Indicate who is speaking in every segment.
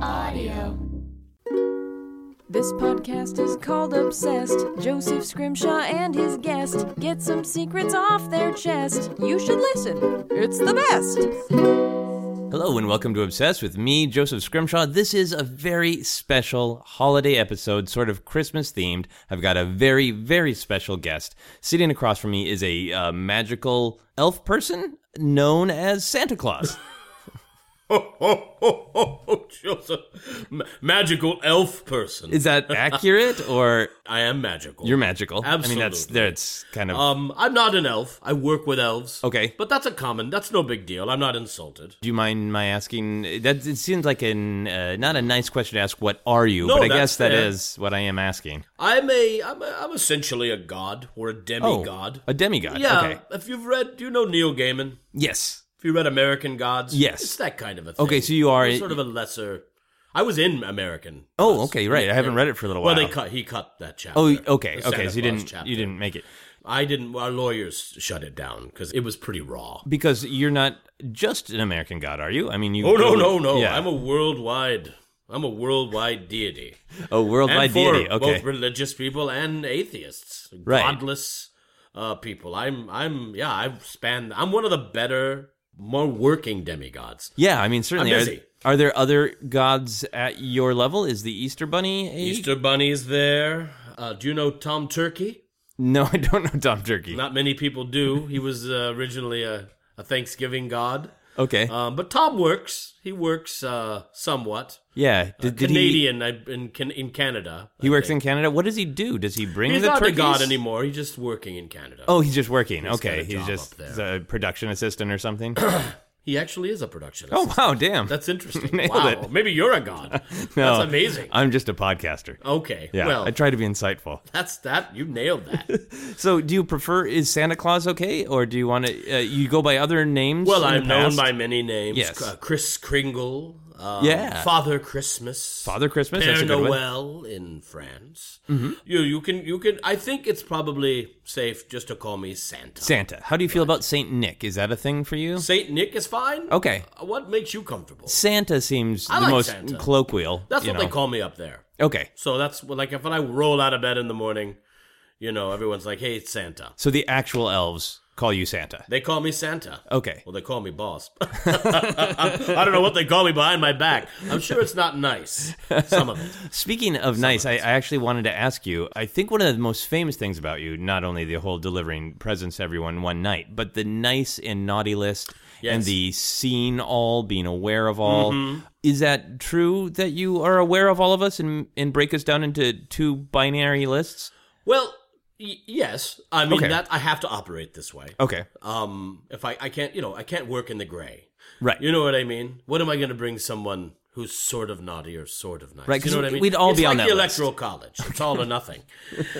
Speaker 1: Audio.
Speaker 2: This podcast is called Obsessed. Joseph Scrimshaw and his guest get some secrets off their chest. You should listen, it's the best.
Speaker 3: Hello and welcome to Obsessed with me, Joseph Scrimshaw. This is a very special holiday episode, sort of Christmas themed. I've got a very, very special guest. Sitting across from me is a uh, magical elf person known as Santa Claus.
Speaker 4: Ho, ho, Oh, ho, ho, ho, Joseph. Ma- magical elf person.
Speaker 3: Is that accurate or
Speaker 4: I am magical.
Speaker 3: you're magical? I mean, that's
Speaker 4: Absolutely.
Speaker 3: that's kind of
Speaker 4: Um, I'm not an elf. I work with elves.
Speaker 3: Okay.
Speaker 4: But that's a common, that's no big deal. I'm not insulted.
Speaker 3: Do you mind my asking? That it seems like an uh, not a nice question to ask. What are you?
Speaker 4: No,
Speaker 3: but I
Speaker 4: that's
Speaker 3: guess that is
Speaker 4: fair.
Speaker 3: what I am asking.
Speaker 4: I'm a, I'm a, I'm essentially a god or a demigod.
Speaker 3: Oh, a demigod.
Speaker 4: yeah.
Speaker 3: Okay.
Speaker 4: If you've read, do you know Neil Gaiman?
Speaker 3: Yes.
Speaker 4: If you read American Gods?
Speaker 3: Yes.
Speaker 4: It's that kind of a thing.
Speaker 3: Okay, so you are-
Speaker 4: It's sort of a lesser. I was in American.
Speaker 3: Oh,
Speaker 4: Gods.
Speaker 3: okay, right. I haven't read it for a little
Speaker 4: Well,
Speaker 3: while.
Speaker 4: they cut. He cut that chapter.
Speaker 3: Oh, okay, okay.
Speaker 4: The Santa
Speaker 3: So you
Speaker 4: Claus
Speaker 3: didn't
Speaker 4: chapter.
Speaker 3: you didn't make it
Speaker 4: I didn't. Our lawyers shut it down because it was pretty raw.
Speaker 3: because you're not just an American god, are you? I mean, you.
Speaker 4: Oh no no no!
Speaker 3: Yeah.
Speaker 4: I'm a worldwide. I'm a worldwide deity.
Speaker 3: oh worldwide
Speaker 4: and for
Speaker 3: deity. Okay.
Speaker 4: both religious people and atheists,
Speaker 3: Right.
Speaker 4: godless uh, people. I'm I'm yeah. I've spanned. I'm one of the better, more working demigods.
Speaker 3: yeah, I mean, certainly.
Speaker 4: I'm
Speaker 3: are-
Speaker 4: busy.
Speaker 3: Are, there other gods at your level? Is the Easter Bunny a?
Speaker 4: Easter Bunny's there. Uh, do you know Tom Turkey?
Speaker 3: No, I don't know Tom Turkey.
Speaker 4: Not many people do. He was uh, originally a, a Thanksgiving god.
Speaker 3: okay.
Speaker 4: Um, but Tom works. He works uh, somewhat.
Speaker 3: yeah. Did, did he-
Speaker 4: uh, Canadian I, in Can- in Canada.
Speaker 3: He, works in Canada. What does he do? Does he bring
Speaker 4: He's
Speaker 3: the
Speaker 4: not
Speaker 3: turkeys?
Speaker 4: a god anymore. He's just working in Canada.
Speaker 3: Oh, he's just working. okay,
Speaker 4: got a
Speaker 3: he's
Speaker 4: job
Speaker 3: just
Speaker 4: up
Speaker 3: a production assistant or something.
Speaker 4: He actually is a production.
Speaker 3: oh
Speaker 4: assistant.
Speaker 3: wow, damn.
Speaker 4: that's interesting.
Speaker 3: Nailed
Speaker 4: wow,
Speaker 3: it.
Speaker 4: maybe you're a god.
Speaker 3: No,
Speaker 4: that's amazing.
Speaker 3: I'm just a podcaster.
Speaker 4: okay,
Speaker 3: Yeah,
Speaker 4: well,
Speaker 3: I try to be insightful.
Speaker 4: that's that. You nailed that.
Speaker 3: So, do you prefer is Santa Claus okay, or do you want to? Uh, you go by other names.
Speaker 4: well,
Speaker 3: in the
Speaker 4: I'm known
Speaker 3: past?
Speaker 4: by many names.
Speaker 3: Yes.
Speaker 4: Uh, Chris Kringle. Uh,
Speaker 3: Yeah.
Speaker 4: Father Christmas.
Speaker 3: Father Christmas.
Speaker 4: Père
Speaker 3: That's a good one. Mm-hmm.
Speaker 4: Noël in France. You you can you can. I think it's probably safe just to call me Santa.
Speaker 3: Santa. How do you feel about Saint Nick? Is that a thing for you?
Speaker 4: Saint Nick is fine. Uh,
Speaker 3: Okay.
Speaker 4: What makes you comfortable?
Speaker 3: Santa seems
Speaker 4: I
Speaker 3: the
Speaker 4: like
Speaker 3: most
Speaker 4: Santa.
Speaker 3: colloquial.
Speaker 4: That's
Speaker 3: you
Speaker 4: what
Speaker 3: know.
Speaker 4: they call me up there.
Speaker 3: Okay,
Speaker 4: So that's what- like if when I roll out of bed in the morning, you know, everyone's like, "Hey, it's Santa."
Speaker 3: so the actual elves call you Santa.
Speaker 4: They call me Santa.
Speaker 3: Okay.
Speaker 4: Well, they call me boss. I don't know what they call me behind my back. I'm sure it's not nice. Some of it.
Speaker 3: Speaking of nice, I, I actually wanted to ask you. I think one of the most famous things about you, not only the whole delivering presents to everyone one night, but the nice and naughty list and
Speaker 4: Yes.
Speaker 3: the seeing all, being aware of all. Is that true that you are aware of all of us and, and break us down into two binary lists?
Speaker 4: Well, y- yes. I mean
Speaker 3: Okay. Oh.
Speaker 4: that I have to operate this way.
Speaker 3: Okay.
Speaker 4: Um, if I I can't, you know, I can't work in the gray.
Speaker 3: Right.
Speaker 4: You know what I mean? What am I going to bring someone who's sort of naughty or sort of nice?
Speaker 3: Right, 'cause
Speaker 4: You know what I mean?
Speaker 3: we'd all
Speaker 4: it's
Speaker 3: be on
Speaker 4: like
Speaker 3: that
Speaker 4: the electoral college. It's all or nothing.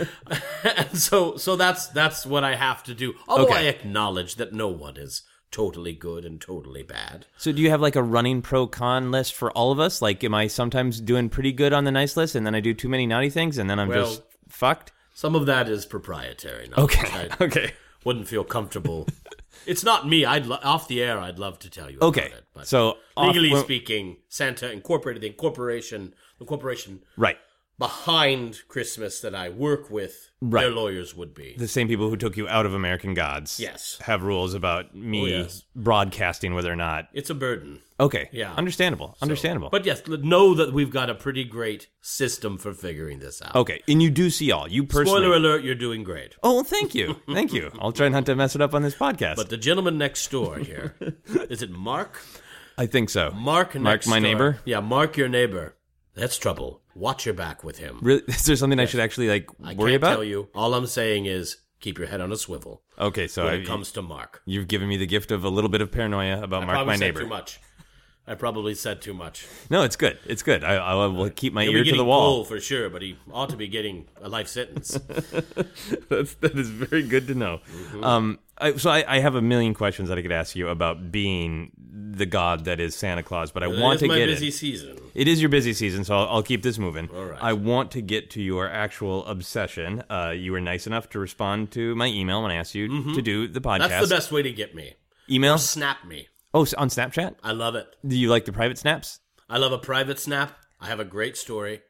Speaker 4: and so, so that's that's what I have to do. Although
Speaker 3: Okay.
Speaker 4: I acknowledge that no one is totally good and totally bad.
Speaker 3: so do you have like a running pro con list for all of us? Like, am I sometimes doing pretty good on the nice list and then I do too many naughty things and then I'm
Speaker 4: Well-
Speaker 3: just fucked?
Speaker 4: Some of that is proprietary. Now,
Speaker 3: Okay.
Speaker 4: I
Speaker 3: okay.
Speaker 4: wouldn't feel comfortable. it's not me. I'd lo- off the air. I'd love to tell you.
Speaker 3: Okay.
Speaker 4: About it, but
Speaker 3: So off-
Speaker 4: legally
Speaker 3: well-
Speaker 4: speaking, Santa Incorporated, the incorporation, the corporation
Speaker 3: Right.
Speaker 4: behind Christmas that I work with,
Speaker 3: Right.
Speaker 4: their lawyers would be.
Speaker 3: the same people who took you out of American Gods.
Speaker 4: Yes.
Speaker 3: Have rules about me
Speaker 4: Oh, yes.
Speaker 3: broadcasting whether or not.
Speaker 4: It's a burden.
Speaker 3: Okay.
Speaker 4: Yeah.
Speaker 3: Understandable. Understandable.
Speaker 4: But yes, l- know that we've got a pretty great system for figuring this out.
Speaker 3: okay. And you do see all. You personally.
Speaker 4: Spoiler alert, you're doing great.
Speaker 3: Oh, well, thank you. Thank you. I'll try not to mess it up on this podcast.
Speaker 4: But the gentleman next door here, is it Mark?
Speaker 3: I think so.
Speaker 4: Mark next
Speaker 3: my
Speaker 4: door.
Speaker 3: neighbor?
Speaker 4: Yeah, Mark your neighbor. That's trouble. Watch your back with him.
Speaker 3: Really, is there something I should actually like
Speaker 4: I
Speaker 3: worry
Speaker 4: can't
Speaker 3: about?
Speaker 4: tell you. All I'm saying is keep your head on a swivel
Speaker 3: Okay, so
Speaker 4: when
Speaker 3: I,
Speaker 4: it comes to Mark.
Speaker 3: you've given me the gift of a little bit of paranoia about
Speaker 4: I
Speaker 3: Mark,
Speaker 4: probably
Speaker 3: my
Speaker 4: said
Speaker 3: neighbor.
Speaker 4: too much. I probably said too much.
Speaker 3: No, it's good. It's good. I, I will keep my
Speaker 4: He'll
Speaker 3: ear
Speaker 4: be
Speaker 3: to
Speaker 4: getting
Speaker 3: the wall.
Speaker 4: coal for sure, but he ought to be getting a life sentence.
Speaker 3: That's, that is very good to know.
Speaker 4: Mm-hmm.
Speaker 3: Um, I, so I, I have a million questions that I could ask you about being the god that is Santa Claus, but I want
Speaker 4: it's
Speaker 3: to
Speaker 4: my
Speaker 3: get
Speaker 4: busy
Speaker 3: it.
Speaker 4: season.
Speaker 3: It is your busy season, so I'll, I'll keep this moving. All
Speaker 4: right.
Speaker 3: I want to get to your actual obsession. Uh, you were nice enough to respond to my email when I asked you to do the podcast.
Speaker 4: Mm-hmm. That's the best way to get me.
Speaker 3: Email?
Speaker 4: Snap me.
Speaker 3: Oh, s- on Snapchat?
Speaker 4: I love it.
Speaker 3: Do you like the private snaps?
Speaker 4: I love a private snap. I have a great story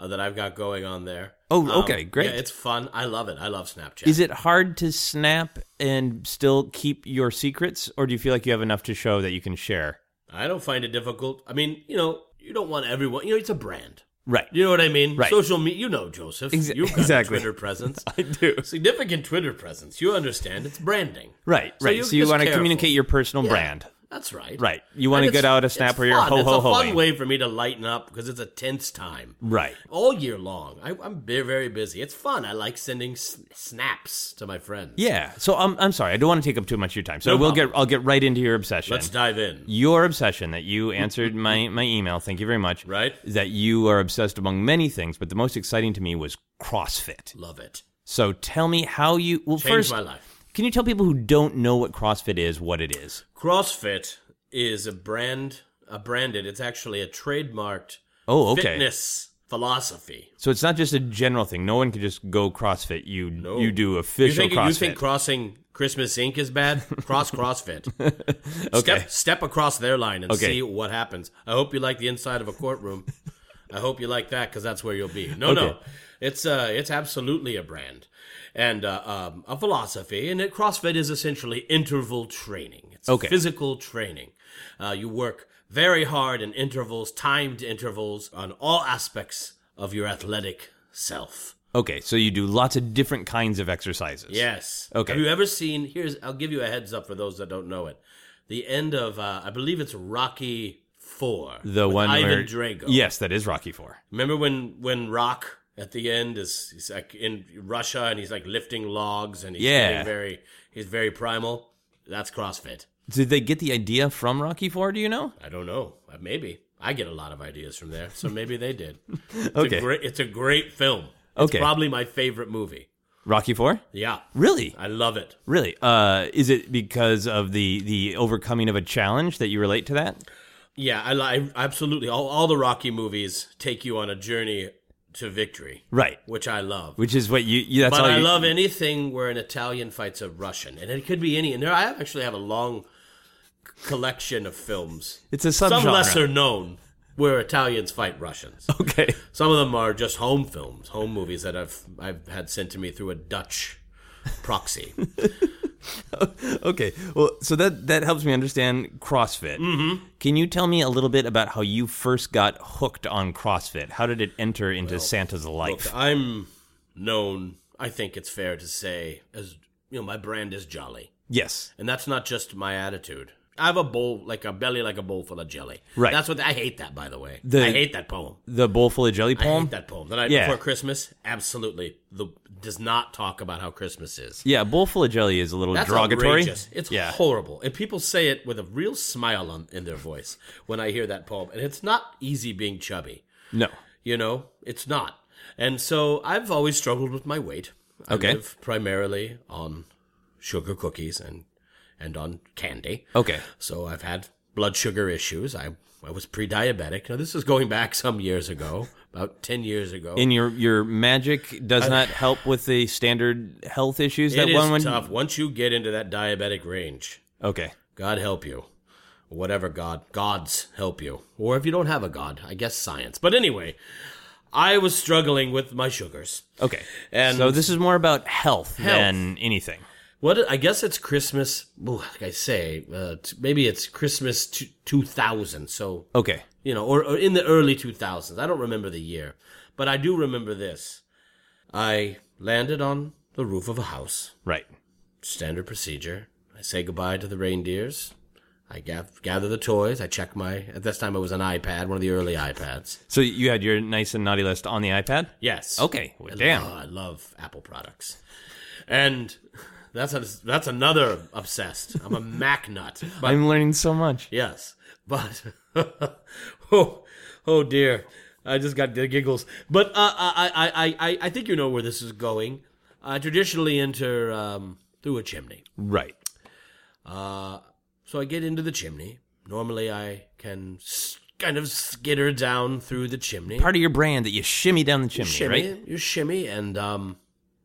Speaker 4: uh, that I've got going on there. Um,
Speaker 3: Oh, okay, great.
Speaker 4: Yeah, it's fun. I love it. I love Snapchat.
Speaker 3: Is it hard to snap and still keep your secrets, or do you feel like you have enough to show that you can share?
Speaker 4: I don't find it difficult. I mean, you know, you don't want everyone. You know, it's a brand.
Speaker 3: Right.
Speaker 4: You know what I mean?
Speaker 3: Right.
Speaker 4: Social media. You know, Joseph.
Speaker 3: Exa-
Speaker 4: You've got
Speaker 3: exactly.
Speaker 4: a Twitter presence.
Speaker 3: I do.
Speaker 4: Significant Twitter presence. You understand? It's branding.
Speaker 3: Right,
Speaker 4: So
Speaker 3: right.
Speaker 4: you're
Speaker 3: So you
Speaker 4: just
Speaker 3: want to
Speaker 4: careful.
Speaker 3: communicate your personal brand.
Speaker 4: That's right.
Speaker 3: Right. You wanna
Speaker 4: And
Speaker 3: get
Speaker 4: it's-
Speaker 3: out a snap
Speaker 4: it's
Speaker 3: where you're
Speaker 4: fun. It's a
Speaker 3: ho-ho-hoing.
Speaker 4: fun way for me to lighten up because it's a tense time.
Speaker 3: Right.
Speaker 4: All year long, I, I'm ve- very busy. It's fun. I like sending s- snaps to my friends.
Speaker 3: Yeah. So um, I'm I'm sorry. I don't want to take up too much of your time. So
Speaker 4: No
Speaker 3: we'll
Speaker 4: problem.
Speaker 3: get I'll get right into your obsession.
Speaker 4: Let's dive in.
Speaker 3: your obsession that you answered my, my email, thank you very much.
Speaker 4: Right.
Speaker 3: That you are obsessed among many things, but the most exciting to me was CrossFit.
Speaker 4: Love it.
Speaker 3: So tell me how you well
Speaker 4: Changed
Speaker 3: first
Speaker 4: my life.
Speaker 3: can you tell people who don't know what CrossFit is what it is?
Speaker 4: CrossFit is a brand, a branded. It's actually a trademarked
Speaker 3: Oh, okay.
Speaker 4: fitness philosophy.
Speaker 3: So it's not just a general thing. No one can just go CrossFit. You
Speaker 4: No.
Speaker 3: you do official
Speaker 4: you think,
Speaker 3: CrossFit.
Speaker 4: You think crossing Christmas Inc. is bad? Cross CrossFit. Step, step across their line and
Speaker 3: Okay.
Speaker 4: see what happens. I hope you like the inside of a courtroom. I hope you like that because that's where you'll be. No, no,
Speaker 3: Okay.
Speaker 4: it's uh, it's absolutely a brand and uh, um, a philosophy. And it, CrossFit is essentially interval training. It's
Speaker 3: Okay.
Speaker 4: physical training. Uh, you work very hard in intervals, timed intervals on all aspects of your athletic self.
Speaker 3: okay, so you do lots of different kinds of exercises.
Speaker 4: Yes.
Speaker 3: Okay.
Speaker 4: Have you ever seen? Here's. I'll give you a heads up for those that don't know it. The end of, uh, I believe it's Rocky Four.
Speaker 3: The
Speaker 4: with
Speaker 3: one
Speaker 4: Ivan
Speaker 3: where
Speaker 4: Drago.
Speaker 3: Yes, that is Rocky Four.
Speaker 4: Remember when when Rock at the end is he's like in Russia and he's like lifting logs and he's
Speaker 3: Yeah.
Speaker 4: getting very he's very primal. That's CrossFit.
Speaker 3: Did they get the idea from Rocky Four? Do you know?
Speaker 4: I don't know. Uh, Maybe I get a lot of ideas from there, so maybe they did. It's
Speaker 3: Okay.
Speaker 4: A great, it's a great film. It's
Speaker 3: Okay.
Speaker 4: Probably my favorite movie.
Speaker 3: Rocky Four?
Speaker 4: Yeah.
Speaker 3: Really?
Speaker 4: I love it.
Speaker 3: Really? Uh, is it because of the the overcoming of a challenge that you relate to that?
Speaker 4: Yeah, I, li- I absolutely. All, all the Rocky movies take you on a journey to victory,
Speaker 3: Right.
Speaker 4: which I love.
Speaker 3: Which is what you. you that's
Speaker 4: but
Speaker 3: all
Speaker 4: I
Speaker 3: you,
Speaker 4: love anything where an Italian fights a Russian, and it could be any. And there, I actually have a long c- collection of films,
Speaker 3: It's a subgenre.
Speaker 4: some lesser known, where Italians fight Russians.
Speaker 3: Okay.
Speaker 4: Some of them are just home films, home movies that I've I've had sent to me through a Dutch proxy.
Speaker 3: Okay. Well, so that that helps me understand CrossFit. Mm-hmm. Can you tell me a little bit about how you first got hooked on CrossFit? How did it enter into Santa's life?
Speaker 4: I'm known. I think it's fair to say as you know, my brand is Jolly.
Speaker 3: yes.
Speaker 4: And that's not just my attitude. I have a bowl, like a belly, like a bowl full of jelly.
Speaker 3: Right.
Speaker 4: That's what I hate. That, by the way,
Speaker 3: The-
Speaker 4: I hate that poem.
Speaker 3: The bowl full of jelly
Speaker 4: I
Speaker 3: poem.
Speaker 4: hate that poem. The night
Speaker 3: Yeah.
Speaker 4: before Christmas, absolutely, the does not talk about how Christmas is.
Speaker 3: Yeah, bowl full of jelly is a little
Speaker 4: That's
Speaker 3: derogatory.
Speaker 4: outrageous. It's
Speaker 3: yeah.
Speaker 4: horrible, and people say it with a real smile on in their voice when I hear that poem. And it's not easy being chubby.
Speaker 3: no.
Speaker 4: You know, it's not. And so I've always struggled with my weight. I
Speaker 3: Okay.
Speaker 4: live primarily on sugar cookies and and on candy.
Speaker 3: Okay.
Speaker 4: So I've had blood sugar issues. I I was pre-diabetic. Now this is going back some years ago, about 10 years ago.
Speaker 3: And your your magic does not help with the standard health issues that
Speaker 4: it is
Speaker 3: one would.
Speaker 4: tough once you get into that diabetic range.
Speaker 3: Okay.
Speaker 4: God help you. Whatever God, gods help you. Or if you don't have a god, I guess science. But anyway, I was struggling with my sugars.
Speaker 3: Okay.
Speaker 4: And-
Speaker 3: so this is more about health,
Speaker 4: Health.
Speaker 3: than anything.
Speaker 4: What I guess it's Christmas. ooh, Like I say, uh, t- maybe it's Christmas t- 2000. So
Speaker 3: Okay.
Speaker 4: you know, or, or in the early 2000s. I don't remember the year, but I do remember this. I landed on the roof of a house,
Speaker 3: Right.
Speaker 4: standard procedure. I say goodbye to the reindeers. I gav- gather the toys. I check my, at this time it was an iPad, one of the early iPads.
Speaker 3: So you had your nice and naughty list on the iPad.
Speaker 4: Yes.
Speaker 3: Okay. Well,
Speaker 4: Oh, I
Speaker 3: damn.
Speaker 4: Love, I love Apple products. And that's, a, that's another obsessed. I'm a Mac nut. But
Speaker 3: I'm learning so much.
Speaker 4: Yes, but oh, oh dear, I just got the giggles. But uh, I, I, I, I, I think you know where this is going. I traditionally enter um, through a chimney, Uh,
Speaker 3: Right.
Speaker 4: so I get into the chimney. Normally, I can s- kind of skitter down through the chimney.
Speaker 3: Part of your brand that you shimmy down the chimney,
Speaker 4: shimmy,
Speaker 3: right?
Speaker 4: you shimmy, and um,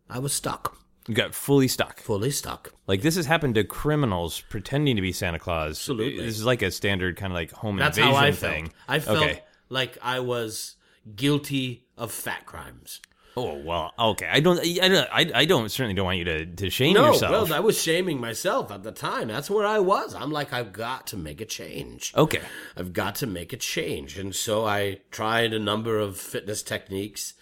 Speaker 4: I was stuck,
Speaker 3: You got fully stuck.
Speaker 4: fully stuck.
Speaker 3: Like this has happened to criminals pretending to be Santa Claus. Absolutely. This is like a standard kind of like home
Speaker 4: That's
Speaker 3: invasion
Speaker 4: how I felt.
Speaker 3: thing.
Speaker 4: I felt
Speaker 3: Okay.
Speaker 4: like I was guilty of fat crimes.
Speaker 3: Oh well, okay. I don't. I don't. I, I don't. Certainly don't want you to to shame
Speaker 4: No,
Speaker 3: yourself.
Speaker 4: well, I was shaming myself at the time. That's where I was. I'm like, I've got to make a change.
Speaker 3: okay.
Speaker 4: I've got to make a change. And so I tried a number of fitness techniques.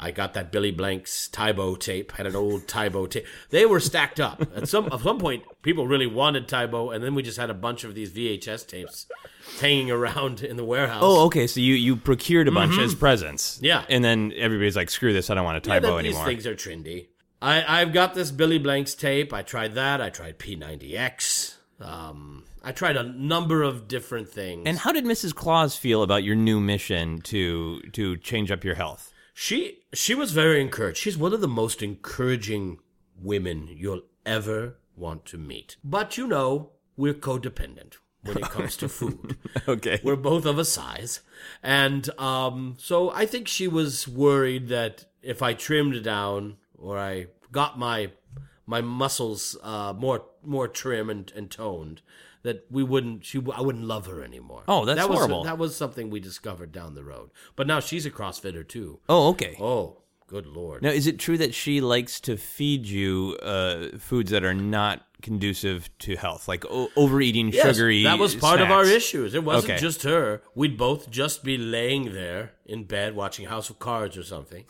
Speaker 4: I got that Billy Blanks Tybo tape, had an old Tybo tape. They were stacked up. At some at some point, people really wanted Tybo, and then we just had a bunch of these VHS tapes hanging around in the warehouse.
Speaker 3: Oh, okay. So you you procured a bunch as presents.
Speaker 4: Mm-hmm. Yeah.
Speaker 3: And then everybody's like, "Screw this! I don't want a
Speaker 4: Yeah,
Speaker 3: Tybo
Speaker 4: that-
Speaker 3: anymore."
Speaker 4: These things are trendy. I, I've got this Billy Blanks tape. I tried that. I tried P90X. Um, I tried a number of different things.
Speaker 3: And how did Mrs. Claus feel about your new mission to to change up your health?
Speaker 4: she she was very encouraged. She's one of the most encouraging women you'll ever want to meet. But you know, we're codependent when it comes to food.
Speaker 3: Okay.
Speaker 4: We're both of a size. And um, so I think she was worried that if I trimmed down or I got my my muscles uh, more more trim and, and toned, that we wouldn't she I wouldn't love her anymore.
Speaker 3: Oh, that's
Speaker 4: that
Speaker 3: horrible.
Speaker 4: Was, that was something we discovered down the road. But now she's a CrossFitter too.
Speaker 3: Oh, okay.
Speaker 4: Oh, good lord.
Speaker 3: Now, is it true that she likes to feed you uh, foods that are not conducive to health, like o- overeating
Speaker 4: Yes,
Speaker 3: sugary?
Speaker 4: That was part of our
Speaker 3: snacks?
Speaker 4: issues. It wasn't
Speaker 3: Okay.
Speaker 4: just her. We'd both just be laying there in bed watching House of Cards or something.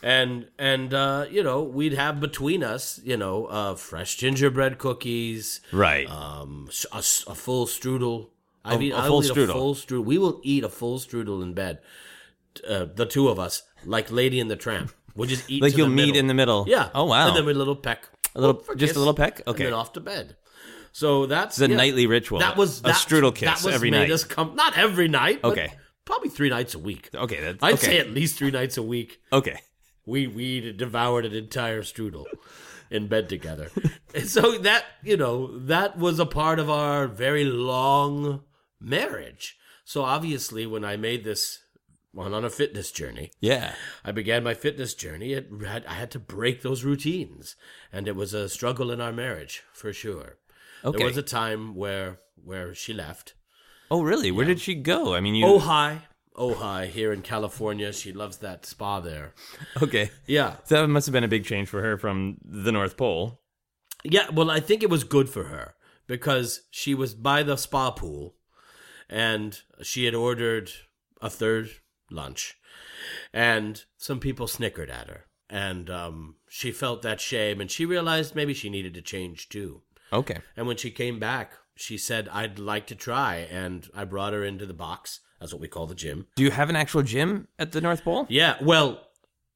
Speaker 4: And and uh, you know, we'd have between us, you know, uh, fresh gingerbread cookies,
Speaker 3: Right.
Speaker 4: um, s- a, s- a full strudel. I
Speaker 3: A-
Speaker 4: mean,
Speaker 3: a
Speaker 4: I'll
Speaker 3: full
Speaker 4: eat
Speaker 3: strudel.
Speaker 4: A full strudel. We will eat a full strudel in bed, uh, the two of us, like Lady and the Tramp. We'll just eat
Speaker 3: like
Speaker 4: to
Speaker 3: you'll
Speaker 4: the
Speaker 3: meet
Speaker 4: middle.
Speaker 3: in the middle.
Speaker 4: Yeah.
Speaker 3: Oh wow.
Speaker 4: And then we little peck.
Speaker 3: A little-
Speaker 4: Whoop, for
Speaker 3: just a little peck? Okay.
Speaker 4: And then off to bed. So that's
Speaker 3: It's a nightly ritual.
Speaker 4: That was
Speaker 3: A
Speaker 4: that,
Speaker 3: strudel kiss
Speaker 4: that was
Speaker 3: every
Speaker 4: made
Speaker 3: night.
Speaker 4: Us com- not every night. but
Speaker 3: Okay.
Speaker 4: Probably three nights a week.
Speaker 3: okay. That's,
Speaker 4: I'd
Speaker 3: okay.
Speaker 4: say at least three nights a week.
Speaker 3: Okay.
Speaker 4: We we devoured an entire strudel in bed together. and so that you know that was a part of our very long marriage. So obviously, when I made this went on a fitness journey,
Speaker 3: Yeah.
Speaker 4: I began my fitness journey. It had, I had to break those routines, and it was a struggle in our marriage for sure.
Speaker 3: Okay.
Speaker 4: There was a time where where she left.
Speaker 3: Oh really? Where did she go? I mean, you.
Speaker 4: Ojai, Ojai, here in California. She loves that spa there.
Speaker 3: okay.
Speaker 4: Yeah,
Speaker 3: So that must have been a big change for her from the North Pole.
Speaker 4: yeah. Well, I think it was good for her because she was by the spa pool, and she had ordered a third lunch, and some people snickered at her, and um, she felt that shame, and she realized maybe she needed to change too.
Speaker 3: Okay.
Speaker 4: And when she came back, she said, "I'd like to try," and I brought her into the box. That's what we call the gym.
Speaker 3: Do you have an actual gym at the North Pole?
Speaker 4: Yeah, well,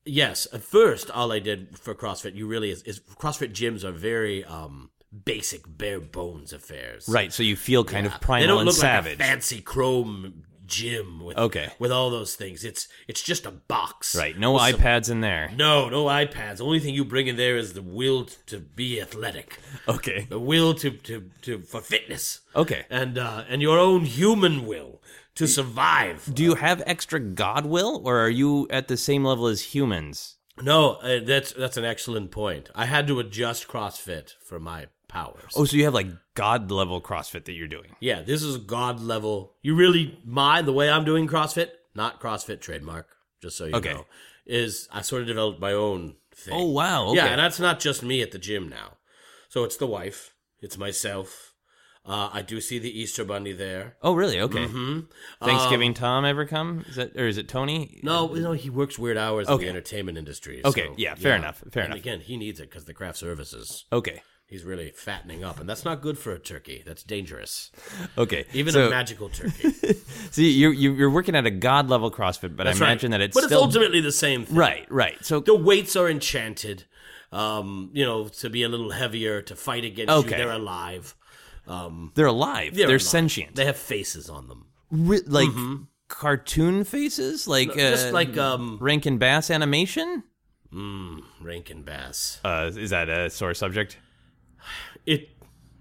Speaker 4: yes. At first, all I did for CrossFit, you really is, is CrossFit gyms are very um basic, bare bones affairs.
Speaker 3: Right. So you feel kind
Speaker 4: Yeah.
Speaker 3: of primal
Speaker 4: they don't
Speaker 3: and
Speaker 4: look
Speaker 3: savage.
Speaker 4: Like a fancy chrome gym with
Speaker 3: Okay.
Speaker 4: with all those things. It's it's just a box.
Speaker 3: right. No
Speaker 4: with some-
Speaker 3: iPads in there.
Speaker 4: no, no iPads. The only thing you bring in there is the will to be athletic,
Speaker 3: Okay.
Speaker 4: the will to to, to for fitness,
Speaker 3: Okay.
Speaker 4: and uh, and your own human will to survive.
Speaker 3: Do you have extra God will, or are you at the same level as humans?
Speaker 4: No, uh, that's that's an excellent point. I had to adjust CrossFit for my powers.
Speaker 3: Oh, so you have like God level CrossFit that you're doing.
Speaker 4: Yeah, this is god level. You really mind the way I'm doing CrossFit? Not CrossFit trademark, just so you
Speaker 3: Okay.
Speaker 4: know. Is I sort of developed my own thing.
Speaker 3: Oh, wow,
Speaker 4: Yeah,
Speaker 3: okay.
Speaker 4: and that's not just me at the gym now. So it's the wife, it's myself. Uh, I do see the Easter Bunny there.
Speaker 3: Oh, really? Okay. Thanksgiving
Speaker 4: Um,
Speaker 3: Tom ever come? Is that or is it Tony?
Speaker 4: No, you know he works weird hours
Speaker 3: Oh. Okay.
Speaker 4: in the entertainment industry.
Speaker 3: Okay,
Speaker 4: so,
Speaker 3: yeah, fair enough, fair
Speaker 4: and
Speaker 3: enough.
Speaker 4: Again, he needs it because the craft services.
Speaker 3: Okay.
Speaker 4: He's really fattening up, and that's not good for a turkey. That's dangerous.
Speaker 3: Okay.
Speaker 4: Even
Speaker 3: so,
Speaker 4: a magical turkey.
Speaker 3: so you you- you're working at a God level CrossFit, but I
Speaker 4: That's right.
Speaker 3: imagine that it's
Speaker 4: but
Speaker 3: still
Speaker 4: it's ultimately the same thing.
Speaker 3: right, right. So
Speaker 4: The weights are enchanted. Um, you know, to be a little heavier, to fight against
Speaker 3: Okay.
Speaker 4: you. They're alive. Um,
Speaker 3: they're alive. They're,
Speaker 4: alive.
Speaker 3: sentient.
Speaker 4: They have faces on them.
Speaker 3: Ri- like cartoon faces, like uh,
Speaker 4: Just like um,
Speaker 3: Rankin Bass animation.
Speaker 4: Rankin Bass.
Speaker 3: Uh, is that a sore subject?
Speaker 4: It.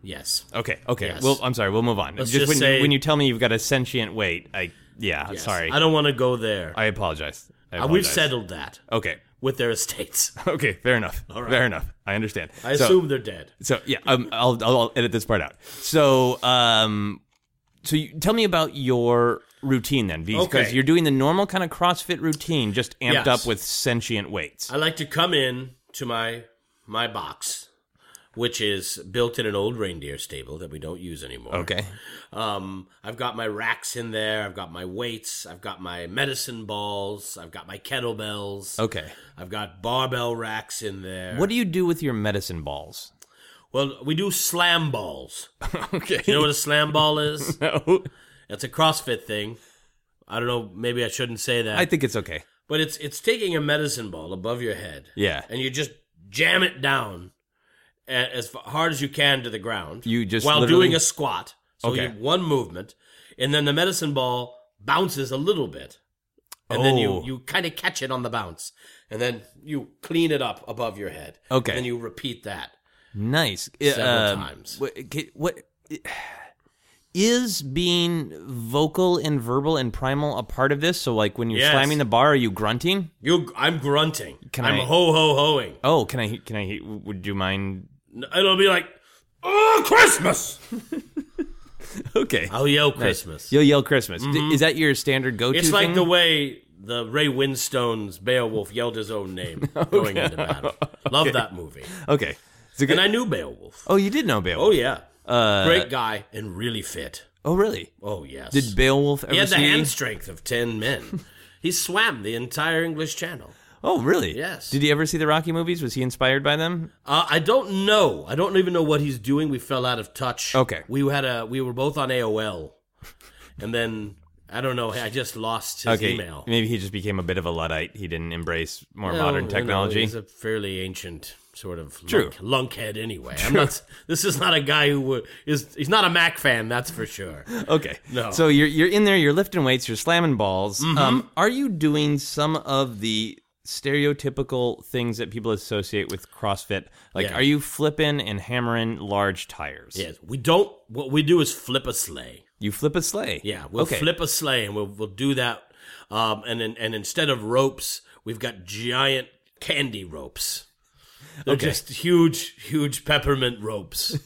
Speaker 4: Yes.
Speaker 3: Okay, okay.
Speaker 4: Yes.
Speaker 3: Well, I'm sorry. We'll move on.
Speaker 4: Let's
Speaker 3: just
Speaker 4: just
Speaker 3: when,
Speaker 4: say-
Speaker 3: when you tell me you've got a sentient weight, I yeah.
Speaker 4: Yes.
Speaker 3: Sorry.
Speaker 4: I don't want to go there.
Speaker 3: I apologize. I
Speaker 4: Uh,
Speaker 3: apologize. Oh.
Speaker 4: We've settled that
Speaker 3: Okay.
Speaker 4: with their estates.
Speaker 3: Okay. Fair enough.
Speaker 4: right.
Speaker 3: Fair enough. I understand.
Speaker 4: I
Speaker 3: so,
Speaker 4: assume they're dead.
Speaker 3: So yeah, um, I'll, I'll I'll edit this part out. So um, So you, tell me about your routine then, because
Speaker 4: Okay.
Speaker 3: you're doing the normal kind of CrossFit routine, just amped
Speaker 4: Yes.
Speaker 3: up with sentient weights.
Speaker 4: I like to come in to my my box, which is built in an old reindeer stable that we don't use anymore.
Speaker 3: Okay.
Speaker 4: Um, I've got my racks in there. I've got my weights. I've got my medicine balls. I've got my kettlebells.
Speaker 3: Okay.
Speaker 4: I've got barbell racks in there.
Speaker 3: What do you do with your medicine balls?
Speaker 4: Well, we do slam balls.
Speaker 3: okay.
Speaker 4: You know what a slam ball is?
Speaker 3: No.
Speaker 4: It's a CrossFit thing. I don't know. Maybe I shouldn't say that.
Speaker 3: I think it's okay.
Speaker 4: But it's it's taking a medicine ball above your head.
Speaker 3: Yeah.
Speaker 4: And you just jam it down a- as fa- hard as you can to the ground.
Speaker 3: You just
Speaker 4: while
Speaker 3: literally-
Speaker 4: doing a squat. So
Speaker 3: Okay.
Speaker 4: you one movement, and then the medicine ball bounces a little bit, and then you
Speaker 3: Oh.
Speaker 4: you kind of catch it on the bounce, and then you clean it up above your head.
Speaker 3: Okay.
Speaker 4: And then you repeat that.
Speaker 3: Nice. Uh, um,
Speaker 4: Several times.
Speaker 3: What, ca- what is being vocal and verbal and primal a part of this? So, like when you're
Speaker 4: Yes.
Speaker 3: slamming the bar, are you grunting?
Speaker 4: You, I'm grunting.
Speaker 3: Can
Speaker 4: I'm
Speaker 3: I-
Speaker 4: ho ho hoing.
Speaker 3: Oh, can I? Can I? Would you mind?
Speaker 4: It'll be like, oh Christmas.
Speaker 3: Okay.
Speaker 4: I'll yell Christmas.
Speaker 3: You'll yell Christmas. D- Is that your standard go-to?
Speaker 4: Mm-hmm. It's like
Speaker 3: thing?
Speaker 4: the way the Ray Winstone's Beowulf yelled his own name going into battle. Love that movie.
Speaker 3: okay. It's a good-
Speaker 4: And I knew Beowulf.
Speaker 3: oh, you did know Beowulf.
Speaker 4: Oh yeah, great guy and really fit.
Speaker 3: Oh, really?
Speaker 4: Oh yes,
Speaker 3: Did Beowulf ever
Speaker 4: he had the
Speaker 3: see?
Speaker 4: hand strength of ten men. he swam the entire English Channel.
Speaker 3: Oh, really?
Speaker 4: Yes.
Speaker 3: Did he ever see the Rocky movies? Was he inspired by them?
Speaker 4: Uh, I don't know. I don't even know what he's doing. We fell out of touch.
Speaker 3: Okay.
Speaker 4: we had a we were both on AOL, and then I don't know. I just lost his
Speaker 3: Okay.
Speaker 4: email.
Speaker 3: Maybe he just became a bit of a luddite. He didn't embrace more
Speaker 4: Well,
Speaker 3: modern
Speaker 4: you know,
Speaker 3: technology.
Speaker 4: he's a fairly ancient sort of
Speaker 3: True.
Speaker 4: lunk- lunkhead anyway. I'm not, this is not a guy who would- is he's not a Mac fan, that's for sure.
Speaker 3: Okay.
Speaker 4: No. Mm-hmm.
Speaker 3: So you're you're in there, you're lifting weights, you're slamming balls. Um, are you doing some of the stereotypical things that people associate with CrossFit? Like,
Speaker 4: Yeah.
Speaker 3: are you flipping and hammering large tires?
Speaker 4: Yes, we don't what we do is flip a sleigh.
Speaker 3: You flip a sleigh.
Speaker 4: Yeah, we'll
Speaker 3: okay.
Speaker 4: flip a sleigh and we'll we'll do that um and then- and instead of ropes, we've got giant candy ropes. They're
Speaker 3: Okay.
Speaker 4: just huge huge peppermint ropes.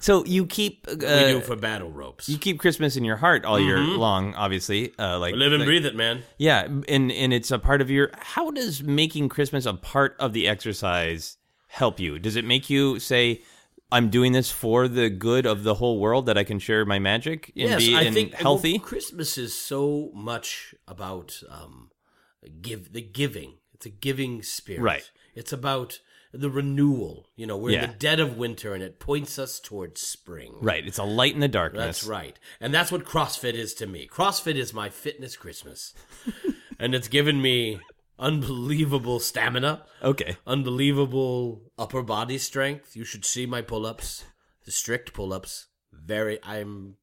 Speaker 3: So you keep uh,
Speaker 4: we do for battle ropes.
Speaker 3: you keep Christmas in your heart all year long, obviously. Uh, like
Speaker 4: Mm-hmm. Live and
Speaker 3: like-
Speaker 4: breathe it, man.
Speaker 3: Yeah, and and it's a part of your. How does making Christmas a part of the exercise help you? Does it make you say, "I'm doing this for the good of the whole world that I can share my magic and be and healthy"?
Speaker 4: well, Christmas is so much about um, give the giving. It's a giving spirit.
Speaker 3: Right.
Speaker 4: It's about the renewal. You know, we're in
Speaker 3: Yeah.
Speaker 4: the dead of winter, and it points us towards spring.
Speaker 3: right, it's a light in the darkness.
Speaker 4: That's right. And that's what CrossFit is to me. CrossFit is my fitness Christmas, and it's given me unbelievable stamina,
Speaker 3: Okay,
Speaker 4: unbelievable upper body strength. You should see my pull-ups. The strict pull-ups. Very I'm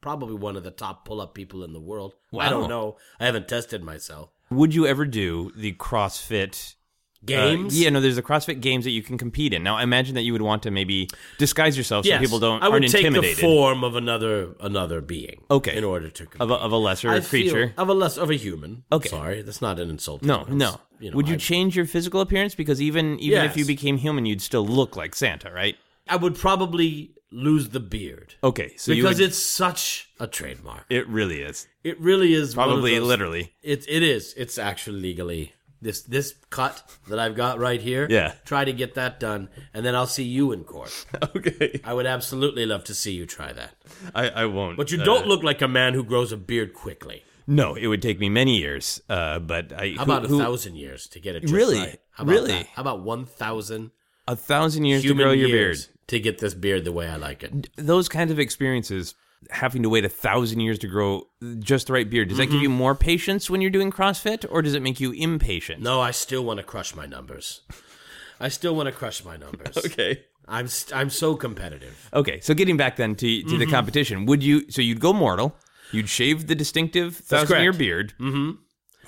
Speaker 4: probably one of the top pull-up people in the world. I
Speaker 3: Wow.
Speaker 4: don't know. I haven't tested myself.
Speaker 3: would you ever do the CrossFit? uh,
Speaker 4: Games?
Speaker 3: yeah, no. There's the CrossFit games that you can compete in. Now, I imagine that you would want to maybe disguise yourself so
Speaker 4: Yes.
Speaker 3: people don't
Speaker 4: I would
Speaker 3: aren't
Speaker 4: take
Speaker 3: intimidated
Speaker 4: the form of another another being.
Speaker 3: Okay.
Speaker 4: In order to compete.
Speaker 3: of a, of a lesser
Speaker 4: I feel-
Speaker 3: creature.
Speaker 4: of a less of a human.
Speaker 3: Okay.
Speaker 4: Sorry, that's not an insult. to
Speaker 3: No,
Speaker 4: humans.
Speaker 3: no.
Speaker 4: You know,
Speaker 3: would you
Speaker 4: I-
Speaker 3: change your physical appearance? Because even even if
Speaker 4: Yes.
Speaker 3: you became human, you'd still look like Santa, right?
Speaker 4: I would probably lose the beard
Speaker 3: Okay, Oh, so you
Speaker 4: because
Speaker 3: would-
Speaker 4: it's such a trademark.
Speaker 3: it really is
Speaker 4: It really is one of
Speaker 3: probably
Speaker 4: those-
Speaker 3: literally.
Speaker 4: It it is. It's actually legally this this cut that I've got right here.
Speaker 3: Yeah.
Speaker 4: Try to get that done, and then I'll see you in court.
Speaker 3: Okay,
Speaker 4: I would absolutely love to see you try that.
Speaker 3: I, I won't.
Speaker 4: But you
Speaker 3: uh,
Speaker 4: don't look like a man who grows a beard quickly.
Speaker 3: no, it would take me many years. Uh, but I
Speaker 4: How
Speaker 3: who-
Speaker 4: about a
Speaker 3: who-
Speaker 4: thousand years to get it just
Speaker 3: Really?
Speaker 4: right? How about
Speaker 3: Really?
Speaker 4: that? How about one thousand
Speaker 3: a thousand years to
Speaker 4: human
Speaker 3: grow your
Speaker 4: years to get this beard the way I like it?
Speaker 3: beard? Those kinds of experiences, having to wait a thousand years to grow just the right beard, does
Speaker 4: Mm-hmm.
Speaker 3: that give you more patience when you're doing CrossFit, or does it make you impatient?
Speaker 4: No, I still want to crush my numbers. I still want to crush my numbers.
Speaker 3: Okay.
Speaker 4: I'm st- I'm so competitive.
Speaker 3: Okay, so getting back then to, to the
Speaker 4: Mm-hmm.
Speaker 3: competition, would you? So you'd go mortal. You'd shave the distinctive thousand-year
Speaker 4: correct.
Speaker 3: beard. Mm-hmm.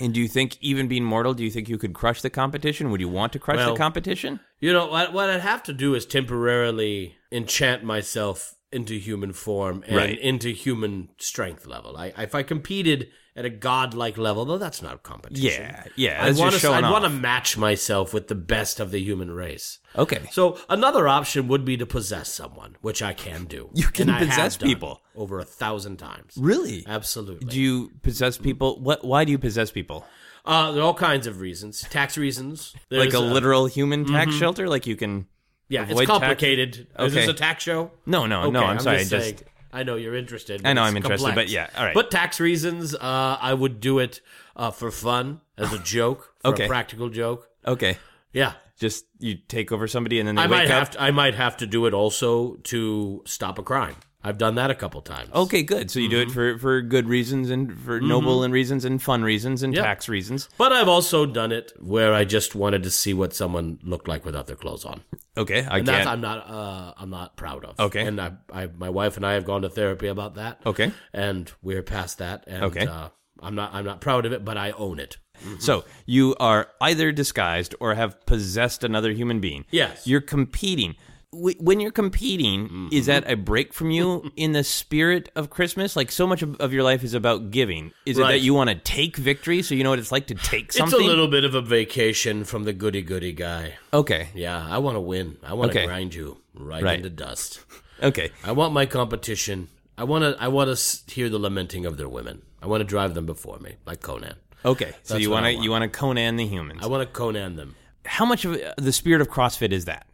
Speaker 3: And do you think, even being mortal, do you think you could crush the competition? Would you want to crush the
Speaker 4: Well-
Speaker 3: competition?
Speaker 4: You know what? What I'd have to do is temporarily enchant myself into human form and
Speaker 3: Right.
Speaker 4: into human strength level. I, if I competed at a godlike level, though, that's not competition.
Speaker 3: Yeah, yeah.
Speaker 4: I
Speaker 3: That's
Speaker 4: want
Speaker 3: just
Speaker 4: to.
Speaker 3: showing
Speaker 4: I
Speaker 3: off.
Speaker 4: want to match myself with the best of the human race.
Speaker 3: Okay.
Speaker 4: So another option would be to possess someone, which I can do.
Speaker 3: You can
Speaker 4: And I have
Speaker 3: possess
Speaker 4: done
Speaker 3: people.
Speaker 4: over a thousand times.
Speaker 3: Really?
Speaker 4: Absolutely.
Speaker 3: Do you possess people? What? Why do you possess people?
Speaker 4: Uh, there are all kinds of reasons. Tax reasons.
Speaker 3: Like
Speaker 4: There's uh, Mm-hmm.
Speaker 3: a literal human tax shelter? Like you can?
Speaker 4: Yeah, it's
Speaker 3: avoid tax-
Speaker 4: complicated. Is this
Speaker 3: Okay.
Speaker 4: a tax show?
Speaker 3: No, no, Oh, no.
Speaker 4: Okay,
Speaker 3: I'm sorry. I
Speaker 4: Just
Speaker 3: just
Speaker 4: saying. I know you're interested.
Speaker 3: I know
Speaker 4: but
Speaker 3: I'm
Speaker 4: it's
Speaker 3: interested,
Speaker 4: complex.
Speaker 3: but yeah, all right.
Speaker 4: But tax reasons, uh, I would do it uh, for fun, as a joke, for
Speaker 3: Okay.
Speaker 4: a practical joke.
Speaker 3: okay.
Speaker 4: Yeah,
Speaker 3: Just you take over somebody and then they
Speaker 4: I
Speaker 3: wake
Speaker 4: might
Speaker 3: up.
Speaker 4: have to. I might have to do it also to stop a crime. I've done that a couple times.
Speaker 3: Okay, good. So you do it
Speaker 4: Mm-hmm.
Speaker 3: for for good reasons and for noble and reasons and fun reasons and
Speaker 4: Yep.
Speaker 3: tax reasons.
Speaker 4: But I've also done it where I just wanted to see what someone looked like without their clothes on.
Speaker 3: Okay, I
Speaker 4: And that's
Speaker 3: can't.
Speaker 4: I'm not uh, I'm not proud of.
Speaker 3: Okay.
Speaker 4: And I, I my wife and I have gone to therapy about that.
Speaker 3: Okay.
Speaker 4: And we're past that. And
Speaker 3: Okay.
Speaker 4: uh, I'm not I'm not proud of it, but I own it.
Speaker 3: So you are either disguised or have possessed another human being.
Speaker 4: Yes. Mm-hmm.
Speaker 3: you're competing. Wh- When you're competing, is that a break from you in the spirit of Christmas? Like so much of of your life is about giving. Is it
Speaker 4: Right.
Speaker 3: that you want to take victory, so you know what it's like to take something?
Speaker 4: It's a little bit of a vacation from the goody goody guy.
Speaker 3: Okay,
Speaker 4: Yeah, I want to win. I want to
Speaker 3: Okay.
Speaker 4: grind you right,
Speaker 3: Right.
Speaker 4: into dust.
Speaker 3: okay.
Speaker 4: I want my competition. I want to I want to hear the lamenting of their women. I want to drive them before me like Conan.
Speaker 3: Okay, so
Speaker 4: That's
Speaker 3: you
Speaker 4: what
Speaker 3: wanna,
Speaker 4: I
Speaker 3: you want to Conan the humans.
Speaker 4: I want to Conan them.
Speaker 3: how much of uh, the spirit of CrossFit is that?